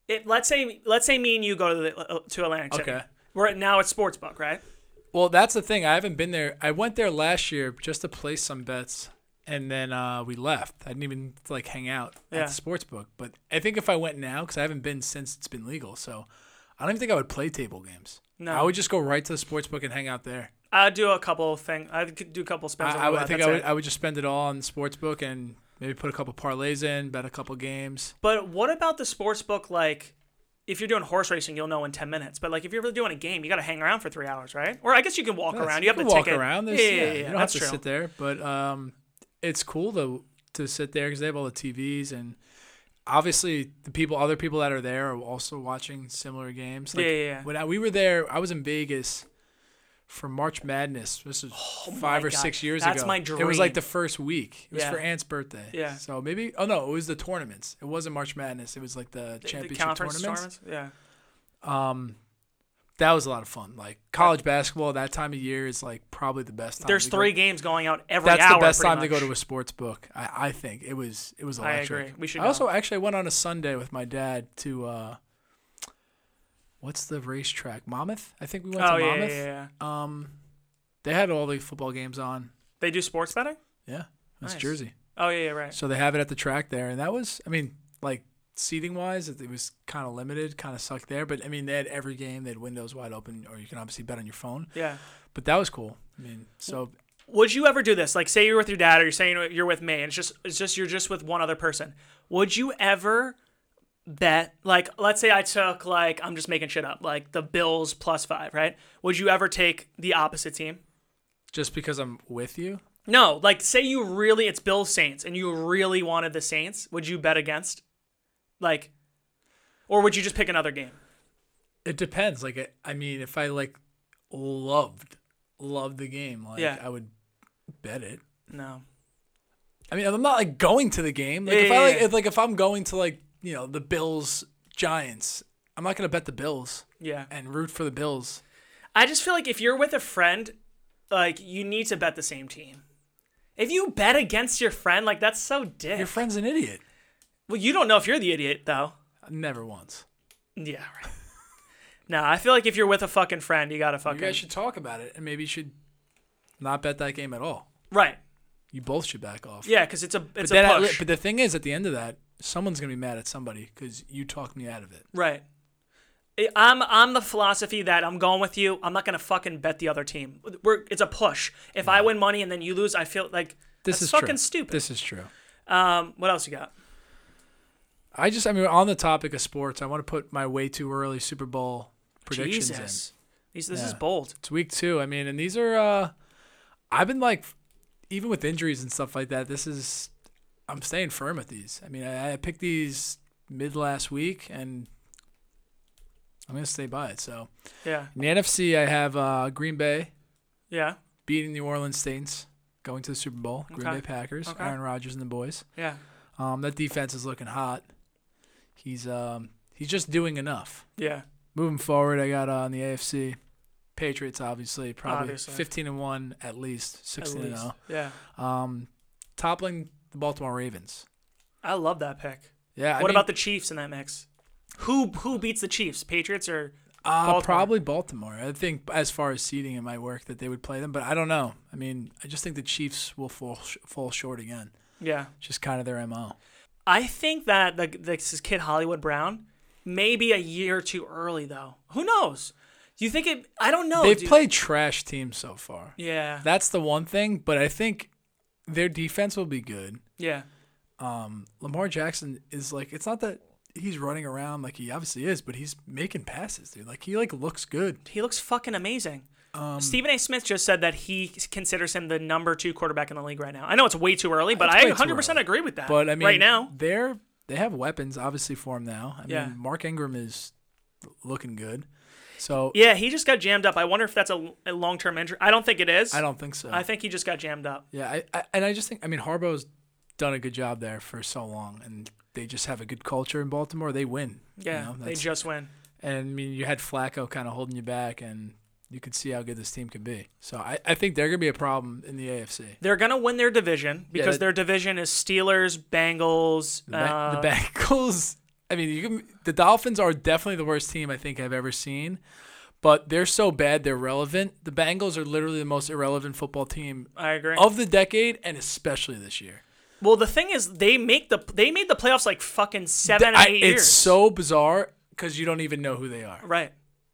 [SPEAKER 2] It, let's say let's say me and you go to the, uh, to Atlantic City.
[SPEAKER 1] Okay.
[SPEAKER 2] We're at, now at Sportsbook, right?
[SPEAKER 1] Well, that's the thing. I haven't been there. I went there last year just to place some bets, and then uh, we left. I didn't even like hang out
[SPEAKER 2] Yeah.
[SPEAKER 1] at the sports book. But I think if I went now, because I haven't been since it's been legal, so I don't even think I would play table games.
[SPEAKER 2] No.
[SPEAKER 1] I would just go right to the sports book and hang out there.
[SPEAKER 2] I'd do a couple of thing. I'd do a couple of spins. on
[SPEAKER 1] I, I, would- I
[SPEAKER 2] roulette,
[SPEAKER 1] think I
[SPEAKER 2] that's
[SPEAKER 1] would.
[SPEAKER 2] it.
[SPEAKER 1] I would just spend it all on the sports book and maybe put a couple parlays in, bet a couple games.
[SPEAKER 2] But what about the Sportsbook? Like, if you're doing horse racing, you'll know in ten minutes. But like, if you're really doing a game, you got to hang around for three hours, right? Or I guess you can walk
[SPEAKER 1] Yes,
[SPEAKER 2] around. You have
[SPEAKER 1] can
[SPEAKER 2] the
[SPEAKER 1] walk
[SPEAKER 2] ticket.
[SPEAKER 1] around.
[SPEAKER 2] Yeah,
[SPEAKER 1] There's-
[SPEAKER 2] yeah, yeah. yeah,
[SPEAKER 1] You don't
[SPEAKER 2] that's
[SPEAKER 1] have to
[SPEAKER 2] true.
[SPEAKER 1] sit there, but um, it's cool to to sit there because they have all the TVs and obviously the people, other people that are there are also watching similar games.
[SPEAKER 2] Yeah, yeah, yeah.
[SPEAKER 1] When I, we were there, I was in Vegas for March Madness. This was five
[SPEAKER 2] Oh my
[SPEAKER 1] or
[SPEAKER 2] God.
[SPEAKER 1] six years
[SPEAKER 2] That's
[SPEAKER 1] ago.
[SPEAKER 2] my
[SPEAKER 1] It was
[SPEAKER 2] dream.
[SPEAKER 1] like the first week. It was
[SPEAKER 2] Yeah.
[SPEAKER 1] for Ant's birthday.
[SPEAKER 2] Yeah.
[SPEAKER 1] So maybe oh no, it was the tournaments. It wasn't March Madness. It was like the
[SPEAKER 2] The
[SPEAKER 1] championship
[SPEAKER 2] conference
[SPEAKER 1] tournaments
[SPEAKER 2] tournaments. Yeah.
[SPEAKER 1] Um, that was a lot of fun. Like college basketball, that time of year is like probably the best time.
[SPEAKER 2] There's
[SPEAKER 1] to go.
[SPEAKER 2] three games going out every
[SPEAKER 1] That's
[SPEAKER 2] hour.
[SPEAKER 1] the best
[SPEAKER 2] pretty
[SPEAKER 1] time to go
[SPEAKER 2] much.
[SPEAKER 1] to a sports book. I, I think it was it was
[SPEAKER 2] I
[SPEAKER 1] electric.
[SPEAKER 2] agree. We should
[SPEAKER 1] I
[SPEAKER 2] go.
[SPEAKER 1] also actually went on a Sunday with my dad to uh, what's the racetrack? Monmouth. I think we went
[SPEAKER 2] Oh
[SPEAKER 1] to
[SPEAKER 2] yeah, yeah,
[SPEAKER 1] Monmouth.
[SPEAKER 2] yeah, yeah.
[SPEAKER 1] Um, they had all the football games on.
[SPEAKER 2] They do sports betting.
[SPEAKER 1] Yeah, that's
[SPEAKER 2] Nice.
[SPEAKER 1] Jersey.
[SPEAKER 2] Oh yeah, yeah, right.
[SPEAKER 1] So they have it at the track there, and that was I mean like seating wise, it it was kind of limited, kind of sucked there. But I mean, they had every game, they had windows wide open, or you can obviously bet on your phone.
[SPEAKER 2] Yeah.
[SPEAKER 1] But that was cool. I mean, so
[SPEAKER 2] Would you ever do this? Like, say you're with your dad, or you're saying you're with me, and it's just, it's just you're just with one other person. Would you ever bet? Like, let's say I took like I'm just making shit up, like the Bills plus five, right? Would you ever take the opposite team?
[SPEAKER 1] just because I'm with you,
[SPEAKER 2] No, like say you really it's Bills Saints and you really wanted the Saints, would you bet against? Like or would you just pick another game?
[SPEAKER 1] it depends. Like, I- I mean, if I like loved loved the game, like
[SPEAKER 2] Yeah.
[SPEAKER 1] I would bet it.
[SPEAKER 2] No.
[SPEAKER 1] I mean, I'm not like going to the game. Like if I
[SPEAKER 2] Yeah, yeah,
[SPEAKER 1] like,
[SPEAKER 2] yeah.
[SPEAKER 1] if, like if I'm going to like you know the Bills Giants, I'm not gonna bet the Bills
[SPEAKER 2] Yeah.
[SPEAKER 1] and root for the Bills.
[SPEAKER 2] I just feel like if you're with a friend, like you need to bet the same team. If you bet against your friend, like that's so dick.
[SPEAKER 1] Your friend's an idiot.
[SPEAKER 2] well, you don't know if you're the idiot though.
[SPEAKER 1] Never once.
[SPEAKER 2] Yeah, right. (laughs) no, I feel like if you're with a fucking friend, you gotta
[SPEAKER 1] You
[SPEAKER 2] fucking
[SPEAKER 1] guys should talk about it, and maybe you should not bet that game at all.
[SPEAKER 2] right.
[SPEAKER 1] You both should back off.
[SPEAKER 2] Yeah, because it's a it's
[SPEAKER 1] Then
[SPEAKER 2] a
[SPEAKER 1] at
[SPEAKER 2] push.
[SPEAKER 1] li- but the thing is, at the end of that, someone's gonna be mad at somebody because you talked me out of it.
[SPEAKER 2] Right. I- I'm I'm the philosophy that I'm going with you. I'm not gonna fucking bet the other team. We're it's a push. If I win money and then you lose, I feel like
[SPEAKER 1] This
[SPEAKER 2] that's
[SPEAKER 1] is
[SPEAKER 2] fucking
[SPEAKER 1] true.
[SPEAKER 2] stupid.
[SPEAKER 1] This is true.
[SPEAKER 2] um, what else you got?
[SPEAKER 1] I just, I mean, on the topic of sports, I want to put my way too early Super Bowl predictions in.
[SPEAKER 2] Jesus, These, this is
[SPEAKER 1] Yeah.
[SPEAKER 2] bold.
[SPEAKER 1] It's week two. I mean, and these are. uh I've been like, even with injuries and stuff like that. This is. I'm staying firm at these. I mean, I, I picked these mid last week, and I'm gonna stay by it. So
[SPEAKER 2] Yeah,
[SPEAKER 1] in the NFC, I have uh Green Bay
[SPEAKER 2] yeah,
[SPEAKER 1] beating New Orleans Saints, going to the Super Bowl. Green
[SPEAKER 2] Okay.
[SPEAKER 1] Bay Packers,
[SPEAKER 2] Okay.
[SPEAKER 1] Aaron Rodgers and the boys.
[SPEAKER 2] yeah,
[SPEAKER 1] Um, that defense is looking hot. He's um he's just doing enough.
[SPEAKER 2] yeah.
[SPEAKER 1] Moving forward, I got uh, on the AFC Patriots, obviously, probably
[SPEAKER 2] Obviously.
[SPEAKER 1] 15 and 1 at least, 16 and 0.
[SPEAKER 2] yeah.
[SPEAKER 1] Um, toppling the Baltimore Ravens.
[SPEAKER 2] I love that pick.
[SPEAKER 1] Yeah. I
[SPEAKER 2] what
[SPEAKER 1] mean,
[SPEAKER 2] about the Chiefs in that mix? Who who beats the Chiefs? Patriots or
[SPEAKER 1] uh,
[SPEAKER 2] Baltimore?
[SPEAKER 1] probably Baltimore? I think as far as seeding, it might work that they would play them, but I don't know. I mean, I just think the Chiefs will fall sh- fall short again.
[SPEAKER 2] yeah?
[SPEAKER 1] Just kind of their mo.
[SPEAKER 2] I think that the, this is kid Hollywood Brown, maybe a year too early though. Who knows? Do you think it? I don't know.
[SPEAKER 1] They've
[SPEAKER 2] Oh, dude.
[SPEAKER 1] played trash teams so far.
[SPEAKER 2] Yeah.
[SPEAKER 1] That's the one thing, but I think their defense will be good.
[SPEAKER 2] yeah.
[SPEAKER 1] Lamar Jackson is like it's not that he's running around like he obviously is, but he's making passes, dude. Like he like looks good.
[SPEAKER 2] He looks fucking amazing.
[SPEAKER 1] Um,
[SPEAKER 2] Stephen A. Smith just said that he considers him the number two quarterback in the league right now. I know it's way too early, but
[SPEAKER 1] It's
[SPEAKER 2] I
[SPEAKER 1] way too
[SPEAKER 2] 100 percent
[SPEAKER 1] early.
[SPEAKER 2] agree with that.
[SPEAKER 1] But I mean,
[SPEAKER 2] right now,
[SPEAKER 1] they're they have weapons obviously for him now. I
[SPEAKER 2] Yeah.
[SPEAKER 1] mean, Mark Ingram is looking good. So
[SPEAKER 2] yeah, he just got jammed up. I wonder if that's a, a long term injury. I don't think it is.
[SPEAKER 1] I don't think so.
[SPEAKER 2] I think he just got jammed up.
[SPEAKER 1] yeah, I, I and I just think I mean Harbaugh's done a good job there for so long, and they just have a good culture in Baltimore. They win. you
[SPEAKER 2] Yeah,
[SPEAKER 1] know,
[SPEAKER 2] they
[SPEAKER 1] that's-
[SPEAKER 2] just win.
[SPEAKER 1] and I mean you had Flacco kind of holding you back, and you could see how good this team could be. So I, I think they're gonna be a problem in the AFC.
[SPEAKER 2] They're gonna win their division because
[SPEAKER 1] that-
[SPEAKER 2] their division is Steelers, Bengals.
[SPEAKER 1] The, Ba-
[SPEAKER 2] uh,
[SPEAKER 1] the Bengals. I mean, you can, the Dolphins are definitely the worst team I think I've ever seen, but they're so bad they're relevant. The Bengals are literally the most irrelevant football team
[SPEAKER 2] I agree.
[SPEAKER 1] of the decade, and especially this year.
[SPEAKER 2] well, the thing is, they make the they made the playoffs like fucking seven,
[SPEAKER 1] I-
[SPEAKER 2] eight years.
[SPEAKER 1] it's so bizarre because you don't even know who they are.
[SPEAKER 2] right.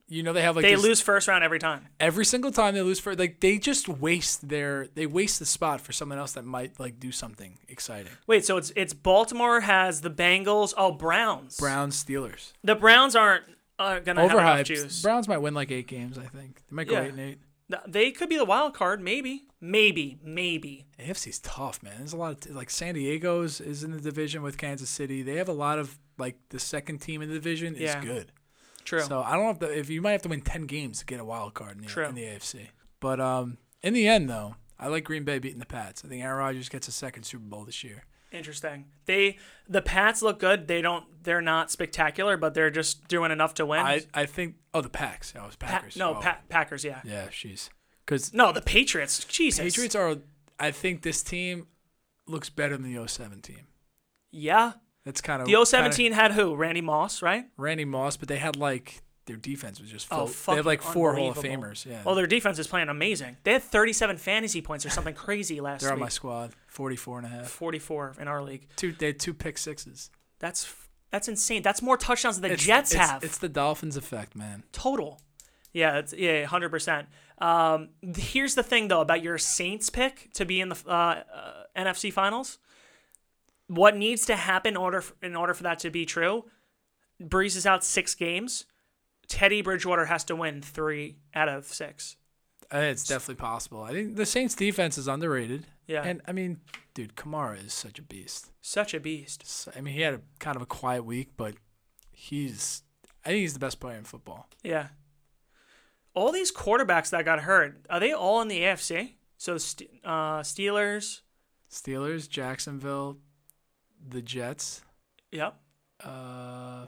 [SPEAKER 1] You know they have like
[SPEAKER 2] They
[SPEAKER 1] this-
[SPEAKER 2] lose first round every time.
[SPEAKER 1] every single time they lose for like they just waste their they waste the spot for someone else that might like do something exciting.
[SPEAKER 2] Wait, so it's it's Baltimore has the Bengals. Oh, Browns.
[SPEAKER 1] Browns Steelers
[SPEAKER 2] The Browns aren't uh, gonna have enough
[SPEAKER 1] overhyped.
[SPEAKER 2] juice.
[SPEAKER 1] Browns might win like eight games. I think they might go
[SPEAKER 2] Yeah.
[SPEAKER 1] eight and eight.
[SPEAKER 2] Th- they could be the wild card, maybe, maybe, maybe.
[SPEAKER 1] AFC's tough, man. There's a lot of t- like San Diego's is in the division with Kansas City. They have a lot of like the second team in the division is
[SPEAKER 2] Yeah.
[SPEAKER 1] good.
[SPEAKER 2] True.
[SPEAKER 1] So I don't know if, the, if you might have to win ten games to get a wild card in
[SPEAKER 2] True.
[SPEAKER 1] the, in the AFC. But um, in the end though, I like Green Bay beating the Pats. I think Aaron Rodgers gets a second Super Bowl this year.
[SPEAKER 2] Interesting. They the Pats look good. They don't. They're not spectacular, but they're just doing enough to win.
[SPEAKER 1] I, I think oh the Packs. Oh, it was
[SPEAKER 2] Pa-
[SPEAKER 1] Packers.
[SPEAKER 2] no,
[SPEAKER 1] Oh,
[SPEAKER 2] Pa- Packers. Yeah.
[SPEAKER 1] Yeah, she's because
[SPEAKER 2] No, the Patriots. Jesus.
[SPEAKER 1] Patriots are. I think this team looks better than the 07 team.
[SPEAKER 2] Yeah.
[SPEAKER 1] That's kind of
[SPEAKER 2] The 017 had who? Randy Moss, right?
[SPEAKER 1] Randy Moss, but they had like their defense was just full.
[SPEAKER 2] Oh,
[SPEAKER 1] they had like
[SPEAKER 2] fucking
[SPEAKER 1] four Hall of
[SPEAKER 2] unbelievable. Oh,
[SPEAKER 1] Famers. Yeah,
[SPEAKER 2] Well, their defense is playing amazing. They had 37 fantasy points or something crazy last
[SPEAKER 1] they're on
[SPEAKER 2] week.
[SPEAKER 1] my squad. 44 and a half.
[SPEAKER 2] 44 in our league.
[SPEAKER 1] Two, they had two pick sixes.
[SPEAKER 2] That's f- That's insane. That's more touchdowns than the
[SPEAKER 1] It's-
[SPEAKER 2] Jets
[SPEAKER 1] it's-
[SPEAKER 2] have
[SPEAKER 1] It's the Dolphins effect, man.
[SPEAKER 2] total. Yeah, it's, yeah, hundred percent. Um, th- here's the thing though about your Saints pick to be in the uh, uh, NFC Finals. What needs to happen in order f- in order for that to be true? Breeze is out six games. Teddy Bridgewater has to win three out of six.
[SPEAKER 1] Uh, It's definitely possible. I think the Saints defense is underrated.
[SPEAKER 2] Yeah.
[SPEAKER 1] And I mean, dude, Kamara is such a beast.
[SPEAKER 2] Such a beast.
[SPEAKER 1] So, I mean, he had a kind of a quiet week, but he's I think he's the best player in football.
[SPEAKER 2] Yeah. All these quarterbacks that got hurt are they all in the AFC? So St- uh, Steelers.
[SPEAKER 1] Steelers, Jacksonville, the Jets.
[SPEAKER 2] Yep.
[SPEAKER 1] Uh,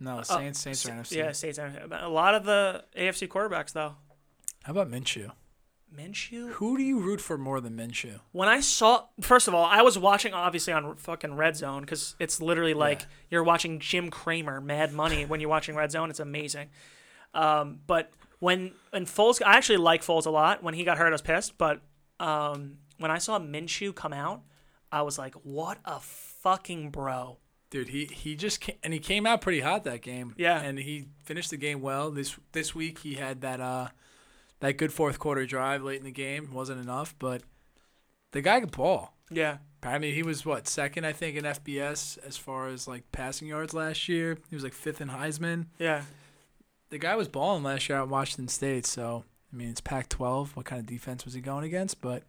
[SPEAKER 1] no,
[SPEAKER 2] Uh,
[SPEAKER 1] Saints. Saints are
[SPEAKER 2] Sa-
[SPEAKER 1] NFC.
[SPEAKER 2] Yeah, Saints. are NFC. But A lot of the AFC quarterbacks though.
[SPEAKER 1] How about Minshew?
[SPEAKER 2] Minshew.
[SPEAKER 1] Who do you root for more than Minshew?
[SPEAKER 2] when I saw, first of all, I was watching obviously on fucking Red Zone because it's literally like
[SPEAKER 1] Yeah.
[SPEAKER 2] you're watching Jim Cramer, Mad Money when you're watching Red Zone. It's amazing. Um, but when and Foles, I actually like Foles a lot. When he got hurt, I was pissed. But um, when I saw Minshew come out, I was like, what a fucking bro.
[SPEAKER 1] Dude, he, he just came, and he came out pretty hot that game.
[SPEAKER 2] Yeah.
[SPEAKER 1] and he finished the game well. This this week he had that uh that good fourth quarter drive late in the game wasn't enough, but the guy could ball.
[SPEAKER 2] Yeah.
[SPEAKER 1] I mean, he was what second I think in FBS as far as like passing yards last year. He was like fifth in Heisman.
[SPEAKER 2] Yeah.
[SPEAKER 1] The guy was balling last year at Washington State. So I mean, it's Pac-12. What kind of defense was he going against? But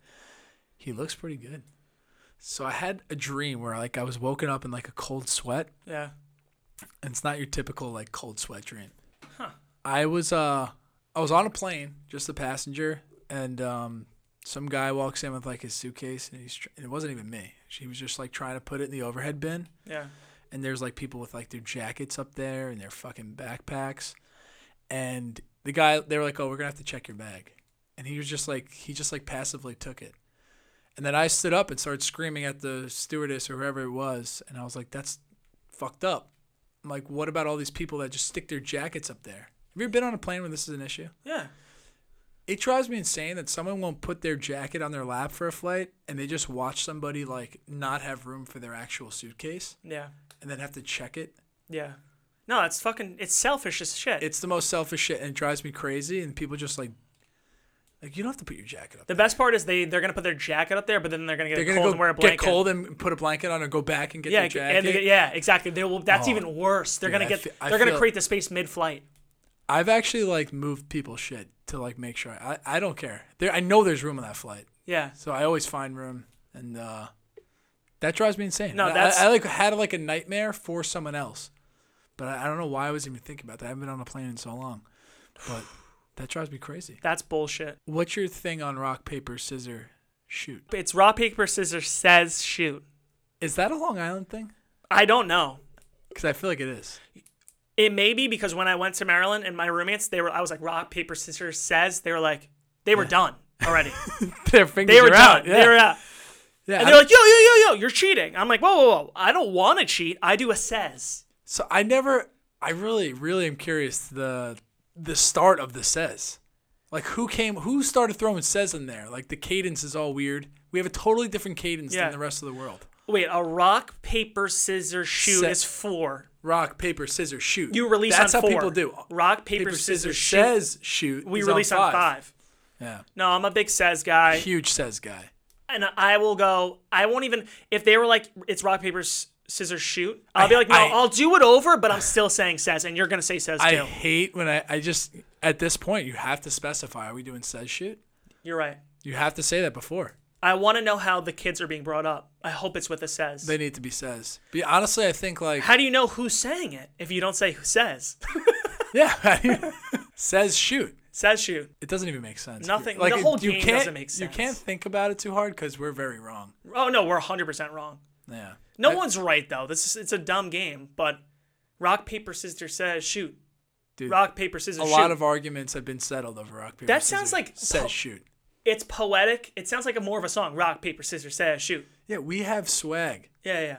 [SPEAKER 1] he looks pretty good. So I had a dream where like I was woken up in like a cold sweat,
[SPEAKER 2] Yeah.
[SPEAKER 1] and it's not your typical like cold sweat dream. I was uh I was on a plane, just a passenger, and um some guy walks in with like his suitcase, and he's tr- and it wasn't even me. She was just like trying to put it in the overhead bin,
[SPEAKER 2] Yeah.
[SPEAKER 1] and there's like people with like their jackets up there and their fucking backpacks, and the guy they were like, oh, we're gonna have to check your bag, and he was just like he just like passively took it. And then I stood up and started screaming at the stewardess or whoever it was, and I was like, "That's fucked up." I'm like, "What about all these people that just stick their jackets up there?" Have you ever been on a plane where this is an issue?
[SPEAKER 2] Yeah.
[SPEAKER 1] It drives me insane that someone won't put their jacket on their lap for a flight, and they just watch somebody like not have room for their actual suitcase,
[SPEAKER 2] Yeah.
[SPEAKER 1] and then have to check it.
[SPEAKER 2] Yeah. No, it's fucking, it's selfish as shit.
[SPEAKER 1] It's the most selfish shit, and it drives me crazy. And people just like, like you don't have to put your jacket up.
[SPEAKER 2] the best part is they, they're going to put their jacket up there, but then they're going to
[SPEAKER 1] They're
[SPEAKER 2] get
[SPEAKER 1] gonna
[SPEAKER 2] cold
[SPEAKER 1] go
[SPEAKER 2] and wear a
[SPEAKER 1] get
[SPEAKER 2] blanket.
[SPEAKER 1] cold and put a blanket on, or go back and get
[SPEAKER 2] Yeah,
[SPEAKER 1] their
[SPEAKER 2] g-
[SPEAKER 1] jacket.
[SPEAKER 2] and they get- yeah, exactly. They will. That's
[SPEAKER 1] Oh.
[SPEAKER 2] even worse. They're
[SPEAKER 1] Dude,
[SPEAKER 2] gonna
[SPEAKER 1] I
[SPEAKER 2] get.
[SPEAKER 1] fe- I
[SPEAKER 2] they're gonna
[SPEAKER 1] feel-
[SPEAKER 2] create the space mid-flight.
[SPEAKER 1] I've actually like moved people's shit to like make sure. I, I don't care. There I know there's room on that flight,
[SPEAKER 2] Yeah,
[SPEAKER 1] so I always find room, and uh, that drives me insane.
[SPEAKER 2] No,
[SPEAKER 1] I-
[SPEAKER 2] that's-
[SPEAKER 1] I, I like had like a nightmare for someone else, but I, I don't know why I was even thinking about that. I haven't been on a plane in so long, but (sighs) that drives me crazy.
[SPEAKER 2] that's bullshit.
[SPEAKER 1] What's your thing on rock paper scissor shoot?
[SPEAKER 2] It's rock paper scissors says shoot.
[SPEAKER 1] Is that a Long Island thing?
[SPEAKER 2] I don't know.
[SPEAKER 1] Because I feel like it is.
[SPEAKER 2] It may be because when I went to Maryland and my roommates, they were. I was like rock paper scissors says. They were like they were done
[SPEAKER 1] (laughs)
[SPEAKER 2] already.
[SPEAKER 1] (laughs) Their fingers
[SPEAKER 2] They were
[SPEAKER 1] are out.
[SPEAKER 2] done.
[SPEAKER 1] Yeah.
[SPEAKER 2] They were out.
[SPEAKER 1] yeah.
[SPEAKER 2] And they're like yo yo yo yo, you're cheating. I'm like whoa whoa whoa. I don't want to cheat. I do a says.
[SPEAKER 1] So I never, I really, really am curious to the the start of the says, like who came, who started throwing says in there. Like the cadence is all weird. We have a totally different cadence
[SPEAKER 2] Yeah.
[SPEAKER 1] than the rest of the world.
[SPEAKER 2] Wait, a rock paper scissors shoot
[SPEAKER 1] Sa-
[SPEAKER 2] is four.
[SPEAKER 1] Rock, paper, scissors, shoot.
[SPEAKER 2] You release
[SPEAKER 1] That's how
[SPEAKER 2] on four.
[SPEAKER 1] people do.
[SPEAKER 2] Rock paper, scissors, shoot.
[SPEAKER 1] says shoot.
[SPEAKER 2] we
[SPEAKER 1] is
[SPEAKER 2] release on five.
[SPEAKER 1] Yeah,
[SPEAKER 2] No, I'm a big says guy.
[SPEAKER 1] huge says guy.
[SPEAKER 2] and I will go. I won't even if they were like it's rock paper s- scissors shoot. I'll be like no,
[SPEAKER 1] I-
[SPEAKER 2] I, will do it over, but I'm still saying says, and you're gonna say says
[SPEAKER 1] I
[SPEAKER 2] too.
[SPEAKER 1] hate when I, I just at this point you have to specify. Are we doing says shoot?
[SPEAKER 2] You're right.
[SPEAKER 1] You have to say that before.
[SPEAKER 2] I want to know how the kids are being brought up. I hope it's with a says.
[SPEAKER 1] They need to be says. But honestly, I think like
[SPEAKER 2] how do you know who's saying it if you don't say who says? (laughs)
[SPEAKER 1] yeah, (laughs) says shoot.
[SPEAKER 2] says shoot.
[SPEAKER 1] It doesn't even make sense.
[SPEAKER 2] Nothing- the whole game
[SPEAKER 1] can't,
[SPEAKER 2] doesn't make
[SPEAKER 1] You
[SPEAKER 2] sense.
[SPEAKER 1] can't think about it too hard because we're very wrong.
[SPEAKER 2] Oh no, we're 100 percent wrong.
[SPEAKER 1] Yeah.
[SPEAKER 2] No one's right though. This is it's a dumb game, but rock paper scissors says shoot.
[SPEAKER 1] Dude,
[SPEAKER 2] Rock paper scissors.
[SPEAKER 1] a
[SPEAKER 2] shoot.
[SPEAKER 1] lot of arguments have been settled over rock paper.
[SPEAKER 2] That sounds
[SPEAKER 1] scissors.
[SPEAKER 2] like
[SPEAKER 1] says
[SPEAKER 2] po-
[SPEAKER 1] shoot.
[SPEAKER 2] it's poetic. It sounds like a more of a song. Rock paper scissors says shoot.
[SPEAKER 1] Yeah, we have swag.
[SPEAKER 2] Yeah yeah.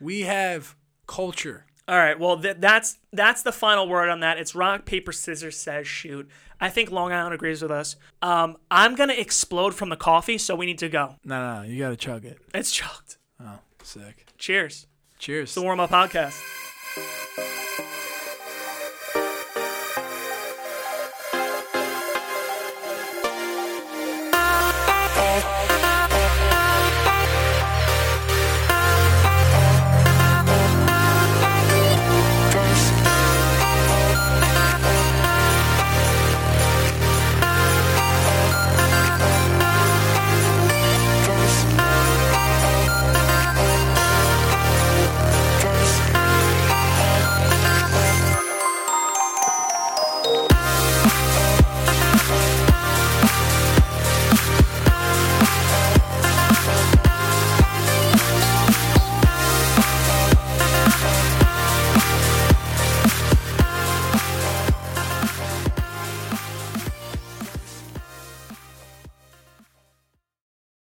[SPEAKER 1] We have culture.
[SPEAKER 2] All right. Well, th- that's that's the final word on that. It's rock paper scissors says shoot. I think Long Island agrees with us. Um, I'm gonna explode from the coffee, so we need to go.
[SPEAKER 1] No, no, no you got to chug it.
[SPEAKER 2] It's chucked.
[SPEAKER 1] Oh, sick.
[SPEAKER 2] Cheers.
[SPEAKER 1] Cheers.
[SPEAKER 2] The warm up podcast.